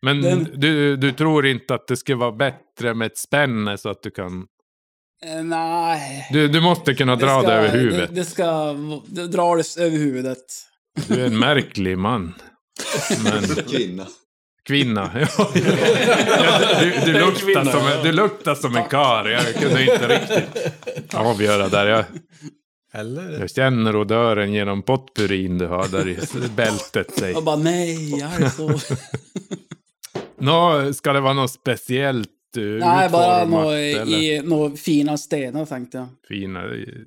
Speaker 4: Men
Speaker 3: Den-
Speaker 4: du, du tror inte att det skulle vara bättre med ett spänne så att du kan...
Speaker 3: Eh, Nej.
Speaker 4: Du, du måste kunna dra det över huvudet.
Speaker 3: Det, det ska v- det dras över huvudet.
Speaker 4: Du är en märklig man. Men,
Speaker 8: Kvinna.
Speaker 4: kvinna. Ja, ja, du, du, luktar som, en- du luktar som en karl. Jag kunde inte riktigt avgöra där. Jag,
Speaker 6: Eller?
Speaker 4: jag känner odören genom potpurin du har där i bältet. Säg.
Speaker 3: Jag bara nej, jag är så...
Speaker 4: Nå, ska det vara något speciellt uh,
Speaker 3: Nej, bara
Speaker 4: utformat?
Speaker 3: nå,
Speaker 4: eller?
Speaker 3: i, nå fina stenar tänkte jag.
Speaker 4: Fina... i-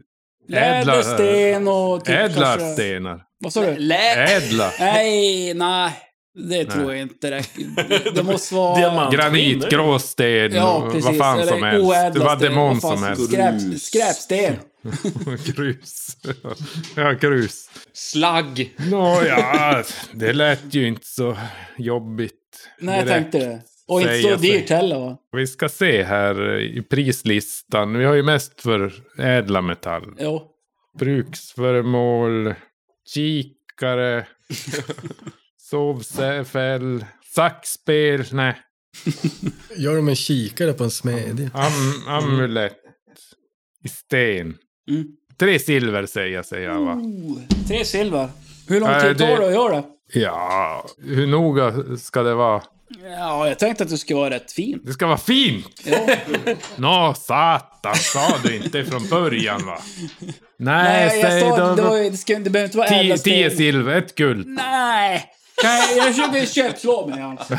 Speaker 3: Lädersten och... typ
Speaker 4: Ädla
Speaker 3: kanske-
Speaker 4: stenar.
Speaker 3: Vad sa du? Lä...
Speaker 4: Ädla.
Speaker 3: Nej, nej. Det tror jag inte räcker. Det- Det måste vara...
Speaker 7: Diamant.
Speaker 4: Granit, gråsten,
Speaker 3: Ja,
Speaker 4: och
Speaker 3: precis.
Speaker 4: vad fan som
Speaker 3: Eller
Speaker 4: helst.
Speaker 3: oädla
Speaker 4: Det var
Speaker 3: sten.
Speaker 4: demon
Speaker 3: Vad fan
Speaker 4: som helst.
Speaker 3: Skräp, skräpsten.
Speaker 4: grus. ja, grus.
Speaker 2: Slagg!
Speaker 4: Nåja, det lät ju inte så jobbigt.
Speaker 3: Nej, jag
Speaker 4: direkt.
Speaker 3: tänkte det. Och inte
Speaker 4: Säger
Speaker 3: så
Speaker 4: sig.
Speaker 3: dyrt heller va?
Speaker 4: Vi ska se här eh, i prislistan. Vi har ju mest för ädla metall.
Speaker 3: Jo.
Speaker 4: Bruksföremål, kikare, sovsäfäll, saxspel, nej.
Speaker 6: Gör de en kikare på en smedja?
Speaker 4: Am amulett. I sten.
Speaker 3: Mm.
Speaker 4: Tre silver säger jag, säger jag va?
Speaker 3: Tre silver. Hur lång
Speaker 4: Äh,
Speaker 3: tid tar
Speaker 4: det-
Speaker 3: det att göra?
Speaker 4: Ja, hur noga ska det vara?
Speaker 3: Ja, jag tänkte att det skulle vara rätt fint.
Speaker 4: Det ska vara fint! Nå, satan, sa du inte från början va? Nej,
Speaker 3: Nej, jag
Speaker 4: säg
Speaker 3: sa
Speaker 4: då.
Speaker 3: att det, var, det, ska, det behöver inte vara
Speaker 4: tio,
Speaker 3: ädla sten. Mm.
Speaker 4: tio silver, ett guld.
Speaker 3: Nej! Nej, jag försöker köpslå mig alltså.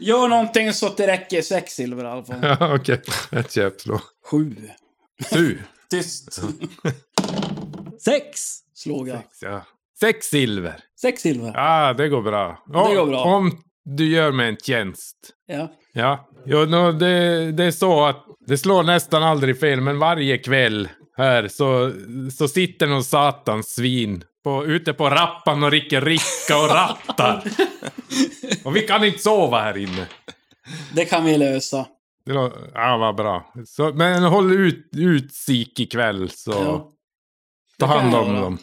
Speaker 3: Gör någonting så att det räcker. Sex silver i alla fall.
Speaker 4: Ja, Okej, ett köpslå.
Speaker 3: Sju.
Speaker 4: Du,
Speaker 3: Tyst. Sex slog jag.
Speaker 4: ja. Sex silver.
Speaker 3: Sex silver.
Speaker 4: Ja, det går bra.
Speaker 3: Det går bra.
Speaker 4: Om du gör mig en tjänst.
Speaker 3: Ja.
Speaker 4: Ja, jo, nå, det, det är så att det slår nästan aldrig fel, men varje kväll här så, så sitter någon satans svin på, ute på rappan och ricker ricka och rattar. och vi kan inte sova här inne.
Speaker 3: Det kan vi lösa.
Speaker 4: Det lå- Ja, vad bra. Så, men håll ut, utkik ikväll så
Speaker 3: Ja.
Speaker 4: ta
Speaker 3: kan
Speaker 4: hand
Speaker 3: jag
Speaker 4: om
Speaker 3: göra.
Speaker 4: dem.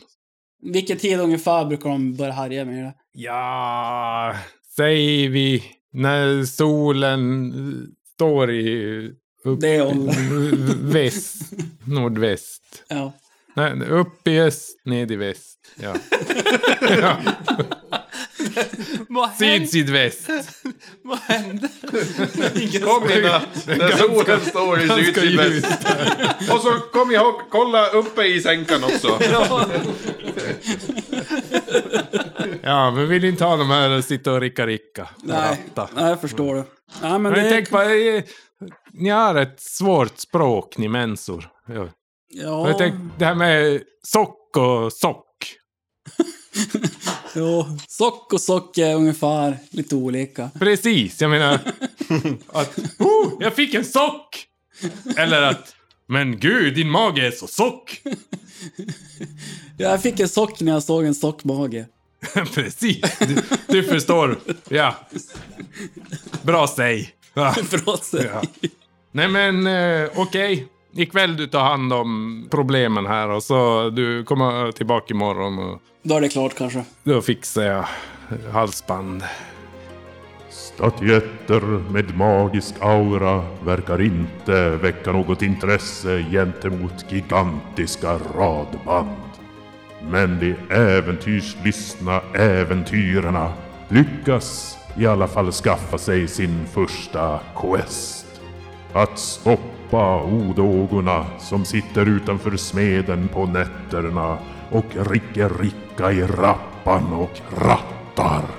Speaker 3: Vilken tid ungefär brukar de börja härja med det?
Speaker 4: Ja, säger vi när solen står i... Upp,
Speaker 3: Det är ålder.
Speaker 4: Väst, nordväst.
Speaker 3: Ja.
Speaker 4: Nej, upp i öst, ned i väst. Ja.
Speaker 2: Vad
Speaker 4: Syd, sydväst.
Speaker 2: Vad hände?
Speaker 5: Kom Linda, när solen står i
Speaker 4: Ganska
Speaker 5: sydsydväst.
Speaker 4: ljust.
Speaker 5: Och så kom ihåg, kolla uppe i sänkan också.
Speaker 4: Ja, men vill inte ha de här och sitta och ricka ricka.
Speaker 3: Nej, nej, jag förstår det. Nej, men
Speaker 4: Men
Speaker 3: det
Speaker 4: tänk på, eh, ni har ett svårt språk, ni mensor. Ja.
Speaker 3: Ja,
Speaker 4: Jag tänk, det här med sock och sock.
Speaker 3: jo. Sock och sock är ungefär lite olika.
Speaker 4: Precis, jag menar att oh, jag fick en sock! Eller att men gud, din mage är så sock!
Speaker 3: Jag fick en sock när jag såg en sockmage.
Speaker 4: Precis, du, du förstår. Ja. Bra säg. Ja.
Speaker 3: Bra säg.
Speaker 4: Ja. Nej men eh, okej. Ikväll du tar hand om problemen här och så du kommer tillbaka imorgon och
Speaker 3: Då är det klart kanske.
Speaker 4: då fixar jag halsband.
Speaker 1: Statyetter med magisk aura verkar inte väcka något intresse gentemot gigantiska radband. Men de äventyrslystna äventyrarna lyckas i alla fall skaffa sig sin första quest. Att stoppa odågorna som sitter utanför smeden på nätterna och ricker ricka i rappan och rattar.